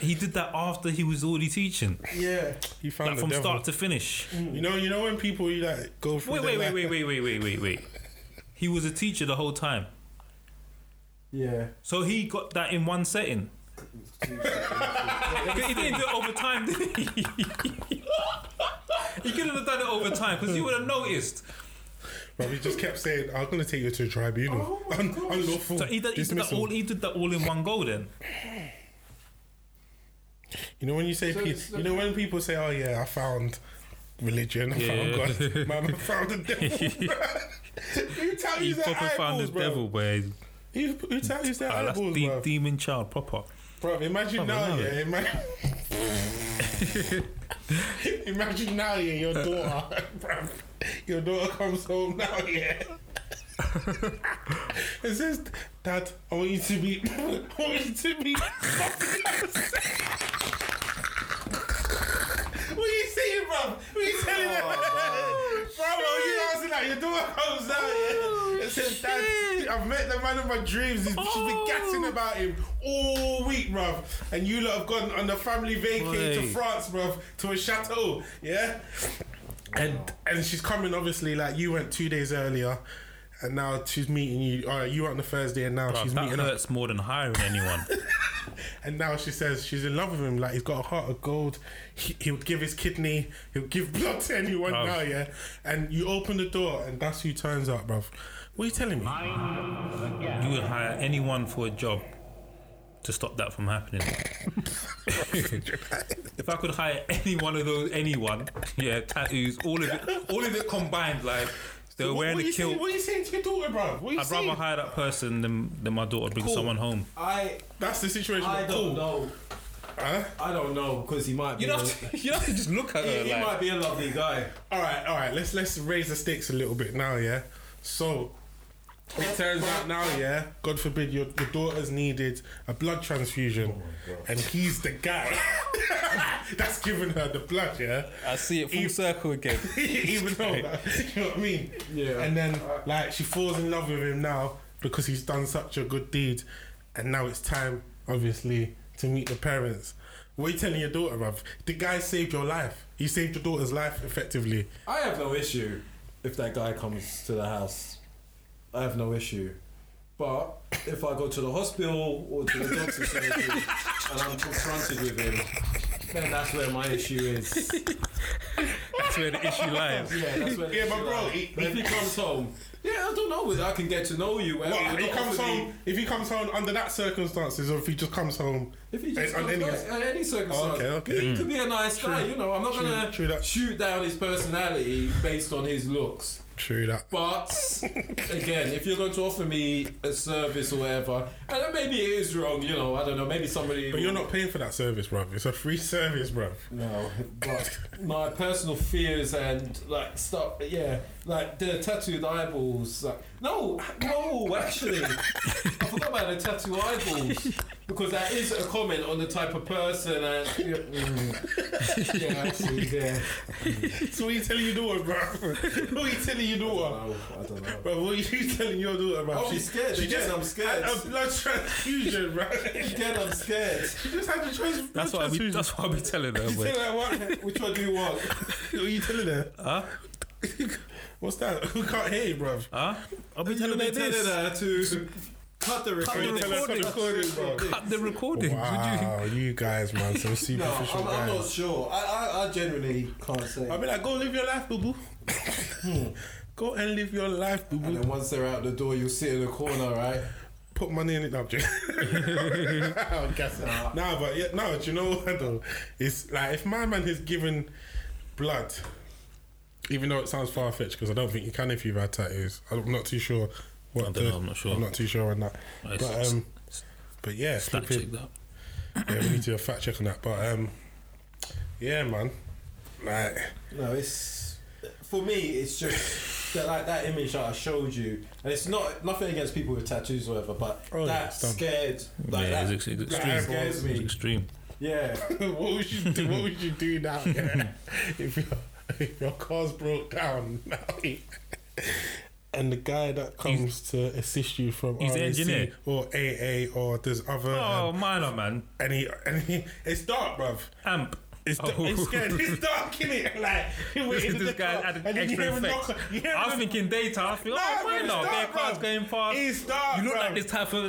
D: He did that after he was already teaching,
E: Yeah.
C: You found
D: like
C: the
D: from
C: devil.
D: start to finish.
C: You know, you know when people you like go through.
D: Wait,
C: their
D: wait, wait,
C: life-
D: wait, wait, wait, wait, wait, wait. He was a teacher the whole time,
E: Yeah.
D: so he got that in one setting. he didn't do it over time, did he? he couldn't have done it over time because you would have noticed.
C: But we just kept saying, "I'm gonna take you to a tribunal." Un- unlawful
D: Oh, So he did, he did that
C: dismissal.
D: all. He did that all in one go. Then
C: You know when you say, pe- you know when people say, "Oh yeah, I found religion, I
D: Yeah.
C: found God, man, I found the devil." Who tattoos their eyeballs, bro?
D: boy.
C: Who, who tattoos their
D: Ah, that's
C: eyeballs,
D: de-
C: bro?
D: demon child proper.
C: Bro, imagine now,
D: no.
C: yeah. Imagine, imagine now, yeah, your daughter, bruv, Your daughter comes home now, yeah. it says, Dad, I want you to be. I want you to be. what are you saying, bruv? What are you telling
D: Oh,
C: her? Bro, what are you asking that? Your daughter comes out,
D: Oh,
C: yeah. It says, Dad, I've met the man of my dreams. He's, She's been gassing
D: Oh.
C: about him all week, bruv. And you lot have gone on a family vacay to
D: Oi.
C: France, bruv, to a chateau, yeah? And and she's coming obviously like you went two days earlier, and now she's meeting uh, you. All right, you were on the Thursday, and now
D: Bruv,
C: she's
D: Oh, that
C: meeting up.
D: hurts more than hiring anyone.
C: and now she says she's in love with him. Like he's got a heart of gold. He, he would give his kidney. He'll give blood to anyone
E: Oh.
D: Bruv.
C: now. Yeah. And you open the door, and that's who turns up, bruv. What are you telling me?
D: You would hire anyone for a job to stop that from happening. if I could hire any one of those, anyone, yeah, tattoos, all of it, all of it combined, like they were
C: What,
D: wearing
C: what
D: a
C: you saying,
D: kilt.
C: what are you saying to your daughter, bruv? What are you
D: I'd
C: saying?
D: rather hire that person than, than my daughter bring
E: Cool.
D: someone home.
E: I
C: That's the situation.
E: I
C: but
E: don't
C: cool.
E: know.
C: Huh?
E: I don't know because he might be.
D: You
E: a-
D: don't have to, you don't have to just look at her
E: he, he
D: like.
E: might be a lovely guy.
C: All right, all right. Let's let's raise the stakes a little bit now, yeah. So it turns out now, yeah. God forbid your, your daughter's needed a blood transfusion, and he's the guy that's giving her the blood, yeah.
D: I see it full
C: He-
D: circle again.
C: Even though, you know what I mean.
E: Yeah.
C: And then like she falls in love with him now because he's done such a good deed, and now it's time, obviously, to meet the parents. What are you telling your daughter, bruv? The guy saved your life. He saved your daughter's life effectively.
E: I have no issue if that guy comes to the house. I have no issue. But if I go to the hospital or to the doctor's surgery and I'm confronted with him, then that's where my issue is.
D: That's where the issue lies.
E: Yeah, that's where. the
C: Yeah, but
E: issue
C: bro,
E: lies.
C: he-
E: But if he comes home, yeah, I don't know. I can get to know you. whatever.
C: Well,
E: You're
C: he
E: not
C: comes
E: obviously-
C: home. If he comes home under that circumstances, or if he just comes home,
E: If he just
C: on
E: comes
C: any-
E: back at any circumstance,
C: Oh, okay, okay.
E: he could be a nice guy. You know, I'm not gonna
C: true that.
E: shoot down his personality based on his looks.
C: true that.
E: But again, if you're going to offer me a service or whatever, and then maybe it is wrong. You know, I don't know. Maybe somebody.
C: But you're not paying for that service, bruv. It's a free service, bruv.
E: No, but my personal fears and like stuff. Yeah, like the tattooed eyeballs. Like no, no, actually, I forgot about the tattooed eyeballs because that is a comment on the type of person. And yeah, mm. yeah, actually, yeah.
C: So what are you telling your daughter, bruv? what are you telling your daughter?
E: No, I don't know.
C: Bruv, what are you telling your daughter, bruv?
E: Oh,
C: She-
E: she's scared.
C: She
E: Again,
C: just
E: I'm scared.
C: had a blood transfusion, bruv.
E: Again, I'm scared.
C: She just had a trans- blood
D: That's what I be,
C: transfusion.
D: that's what I be telling her.
C: You
D: boy.
C: tell her what?
E: Which one do you want?
C: What are you telling her?
D: Huh?
C: What's that? We can't hear you, bruv.
D: Huh? I'll be telling her
E: telling
D: this.
E: her to cut the
D: the
E: recording.
C: Tell her to
D: recording.
C: record it, bruv.
D: Cut the recording. Would you?
C: Wow, you guys, man, some
E: No,
C: superficial
E: I'm, I'm
C: guys.
E: not sure. I, I, I genuinely can't say.
C: I'll be like, go live your life, boo boo. Hmm. go and live your life, boo
E: And
C: boo.
E: then once they're out the door, you'll sit in the corner, right?
C: Put money in it, no, I'm joking. I'm guessing. Nah, but yeah, no, do you know what though? It's like if my man is given blood, even though it sounds far fetched, because I don't think you can if you've had tattoos. I'm not too sure. What
D: I don't know, I'm not sure.
C: I'm not too sure on that.
D: It's-
C: But um, but yeah,
D: Fact
C: flipping-
D: check that.
C: yeah, we need to do a fact check on that. But um, yeah, man, like
E: No, it's for me. It's just that like that image that I showed you, and it's not nothing against people with tattoos or whatever, but
C: Oh, yeah,
E: that
C: it's done.
E: scared, like
D: yeah,
E: that,
D: it's, it's
E: that
D: extreme.
E: scares
D: It's
E: me.
D: extreme.
E: Yeah,
C: what would you do? What would you do now? yeah? if your if your car's broke down now, and the guy that comes to assist you from
D: He's the
C: RAC
D: engineer.
C: or AA or there's other
D: Oh,
C: um,
D: minor man.
C: and he and he it's dark, bruv.
D: Amp.
C: It's, da- it's scared. It's dark, innit? Like you're
D: This,
C: waiting in
D: this
C: the
D: guy's
C: car,
D: added
C: and then you
D: extra
C: hear a
D: effects.
C: knock- you hear
D: I
C: a
D: was thinking data. I feel,
C: Nah,
D: oh,
C: bro,
D: wait,
C: it's
D: no,
C: dark,
D: their car's
C: bro.
D: going past.
C: It's dark,
D: You look
C: bro.
D: like this type of. Uh,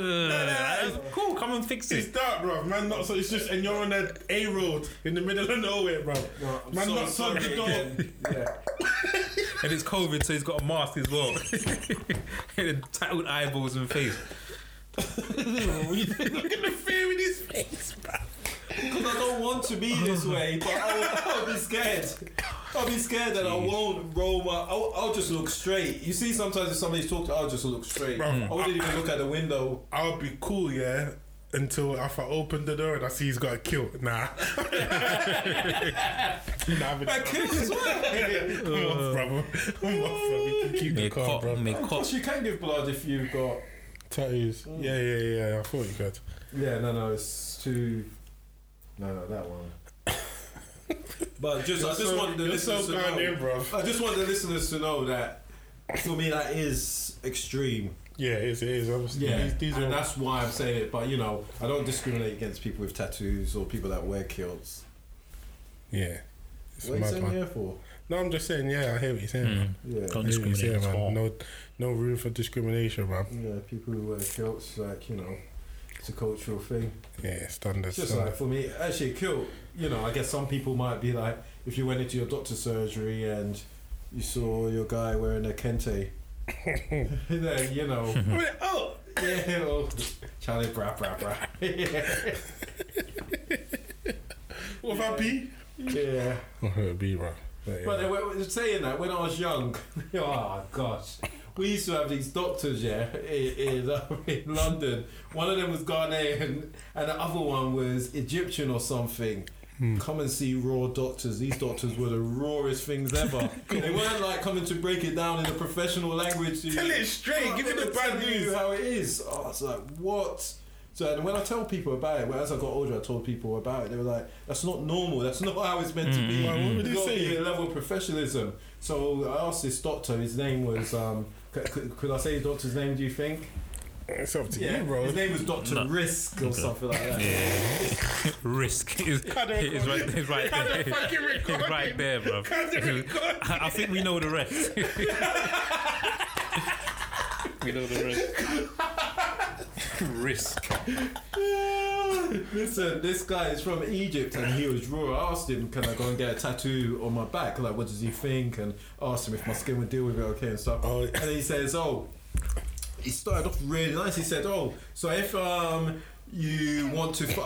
C: no,
D: cool, come and fix
C: It's
D: it.
C: dark, bro. Man, not so. It's just, and you're on a A road in the middle of nowhere, bro.
E: No, I'm
C: man,
E: so
C: not so
E: sorry
C: the door.
E: again. Yeah.
D: And it's COVID, so he's got a mask as well. and tattled eyeballs and face.
C: Look at the fear in his face, bro.
E: Because I don't want to be this way, but I'll, I'll be scared. I'll be scared that I won't roll my. I'll, I'll just look straight. You see, sometimes if somebody's talking, I'll just look straight.
C: Bro,
E: I wouldn't even look at the window.
C: I'll be cool, yeah. Until if I open the door and I see he's got a kilt, nah. nah, but
E: I kill as well.
C: I'm off, brother. I'm off, brother. You can keep the
D: Make
C: car,
D: cop,
C: bro.
D: make cop.
E: Plus, you can give blood if you've got.
C: Tattoos. Yeah, yeah, yeah. I thought you could.
E: Yeah, no, no, it's too. No, no, that one. but just, I just
C: so-
E: want the
C: you're
E: listeners
C: so
E: to
C: gone
E: know.
C: in, bro.
E: I just want the listeners to know that for me that is extreme.
C: Yeah, it is. It is. Obviously,
E: Yeah,
C: these, these
E: and
C: are.
E: that's why I'm saying it. But you know, I don't discriminate against people with tattoos or people that wear kilts.
C: Yeah. It's
E: What are you
C: mad,
E: saying
C: man.
E: here for?
C: No, I'm just saying. Yeah, I hear what you're saying. man.
E: Yeah,
D: Don't
C: I hear what you're
D: discriminate
C: saying,
D: at all.
C: man. No, no room for discrimination, man.
E: yeah, people who wear kilts, like you know, It's a cultural thing.
C: Yeah, it's done this.
E: It's just like for me, actually, cool. You know, I guess some people might be like, if you went into your doctor's surgery and you saw your guy wearing a kente, then you know, oh, yeah, oh, Charlie, brap, brap, brap. yeah,
C: what about B?
E: yeah.
C: B, bro.
E: But then when- when saying that, when I was young, oh gosh, we used to have these doctors, yeah, in, in, in London. One of them was Ghanaian, and the other one was Egyptian or something.
C: Hmm.
E: Come and see raw doctors. These doctors were the rawest things ever. they weren't like coming to break it down in a professional language. to you.
C: Tell it straight,
E: Oh,
C: give me
E: they
C: the
E: were
C: bad
E: telling you
C: news.
E: How it is? Oh, I was like, what? So and when I tell people about it, well, as I got older, I told people about it. They were like, "That's not normal. That's not how it's meant to be."
C: Why, what would they
E: You gotta
C: say?
E: be a level of professionalism. So I asked this doctor. His name was. Um, c- c- could I say the doctor's name? Do you think?
C: It's up to you, bro.
E: His name was Doctor
D: No.
E: Risk or something like that.
D: Risk is,
C: Can't do it,
D: is right,
C: God.
D: is right
C: Can't do
D: there.
C: it, fucking
D: It's
C: record
D: right
C: it.
D: there, bro.
C: Can't do it, God.
D: I, I think we know the rest. we know the rest. Risk.
E: Listen, this guy is from Egypt and he was raw. I asked him, can I go and get a tattoo on my back? Like, what does he think? And asked him if my skin would deal with it okay and stuff.
C: Oh.
E: And he says, oh, he started off really nice. He said, oh, so if um you want to, fu-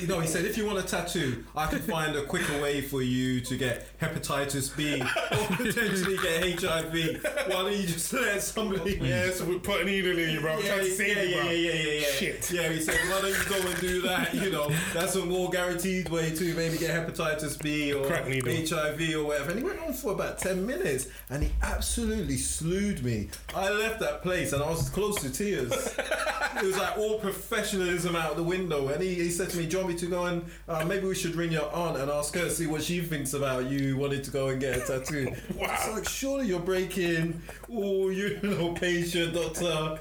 E: you know, he said, if you want a tattoo, I can find a quicker way for you to get hepatitis B or potentially get HIV. Why don't you just let somebody
C: Yeah, so we're putting needle in you, bro. I'm
E: yeah,
C: trying to save
E: yeah,
C: you,
E: yeah,
C: bro.
E: yeah, yeah, yeah.
C: Shit.
E: Yeah, he said, why don't you go and do that? You know, that's a more guaranteed way to maybe get hepatitis B or
C: Crack needle.
E: HIV or whatever. And he went on for about 10 minutes and he absolutely slewed me. I left that place and I was close to tears. it was like all professionalism out the window. And he, he said to me, Johnny, to go and uh, maybe we should ring your aunt and ask her to see what she thinks about you wanting to go and get a tattoo.
C: Wow.
E: It's like, surely you're breaking oh, all, you know, patient, doctor.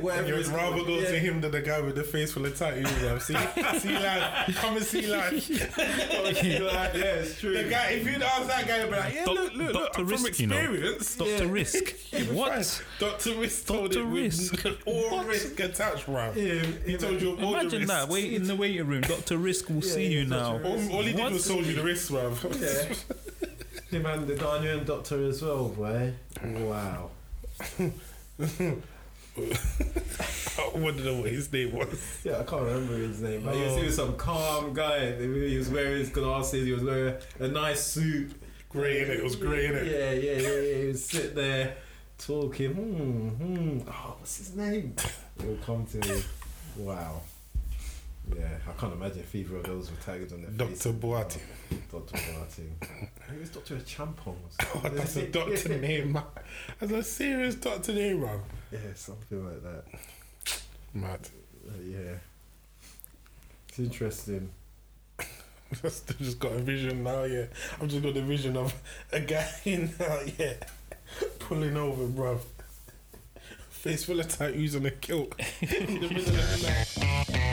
E: Whatever
C: You'd
E: it's
C: rather
E: called.
C: go
E: Yeah.
C: to him than the guy with the face full of tattoos, bro. See, see life. Come and see life.
E: yeah, it's true.
C: The guy, if you'd ask that guy, he'd be like, yeah,
D: Doc-
C: look, look, look,
D: Dr.
C: I'm from
D: Risk, you know.
C: experience.
D: Doctor Risk. what?
C: Dr. Risk told
D: Dr.
C: it
D: Risk.
C: with all risk attached, bro. He told you all the
D: Imagine
C: risks.
D: that. Wait in the waiting room. Doctor Risk will see
E: yeah,
D: you
E: Dr.
D: now.
E: Risk.
C: All, all he did
D: What?
C: was told you the risks, bro.
E: Yeah. Him and the Ghanaian doctor as well, boy. Wow.
C: what did know what his name was?
E: Yeah, I can't remember his name, but he, was, he was some calm guy. He was wearing his glasses, he was wearing a nice suit.
C: Grey, innit? It was grey,
E: Yeah,
C: innit?
E: yeah, yeah, yeah. He would sit there talking. Hmm, hmm. Oh, what's his name? It'll come to me. Wow. Yeah, I can't imagine if either of those were tagged on their face.
C: Dr. Boati.
E: Dr. Martin. He was Dr. Champong.
C: Oh, that's a doctor name, man. That's a serious doctor name, bro.
E: Yeah, something like that.
C: Mad.
E: Uh, yeah. It's interesting.
C: That's just got a vision now, yeah. I've just got the vision of a guy in now, yeah. Pulling over, bro. Face full of tattoos and a kilt. in the middle of the night.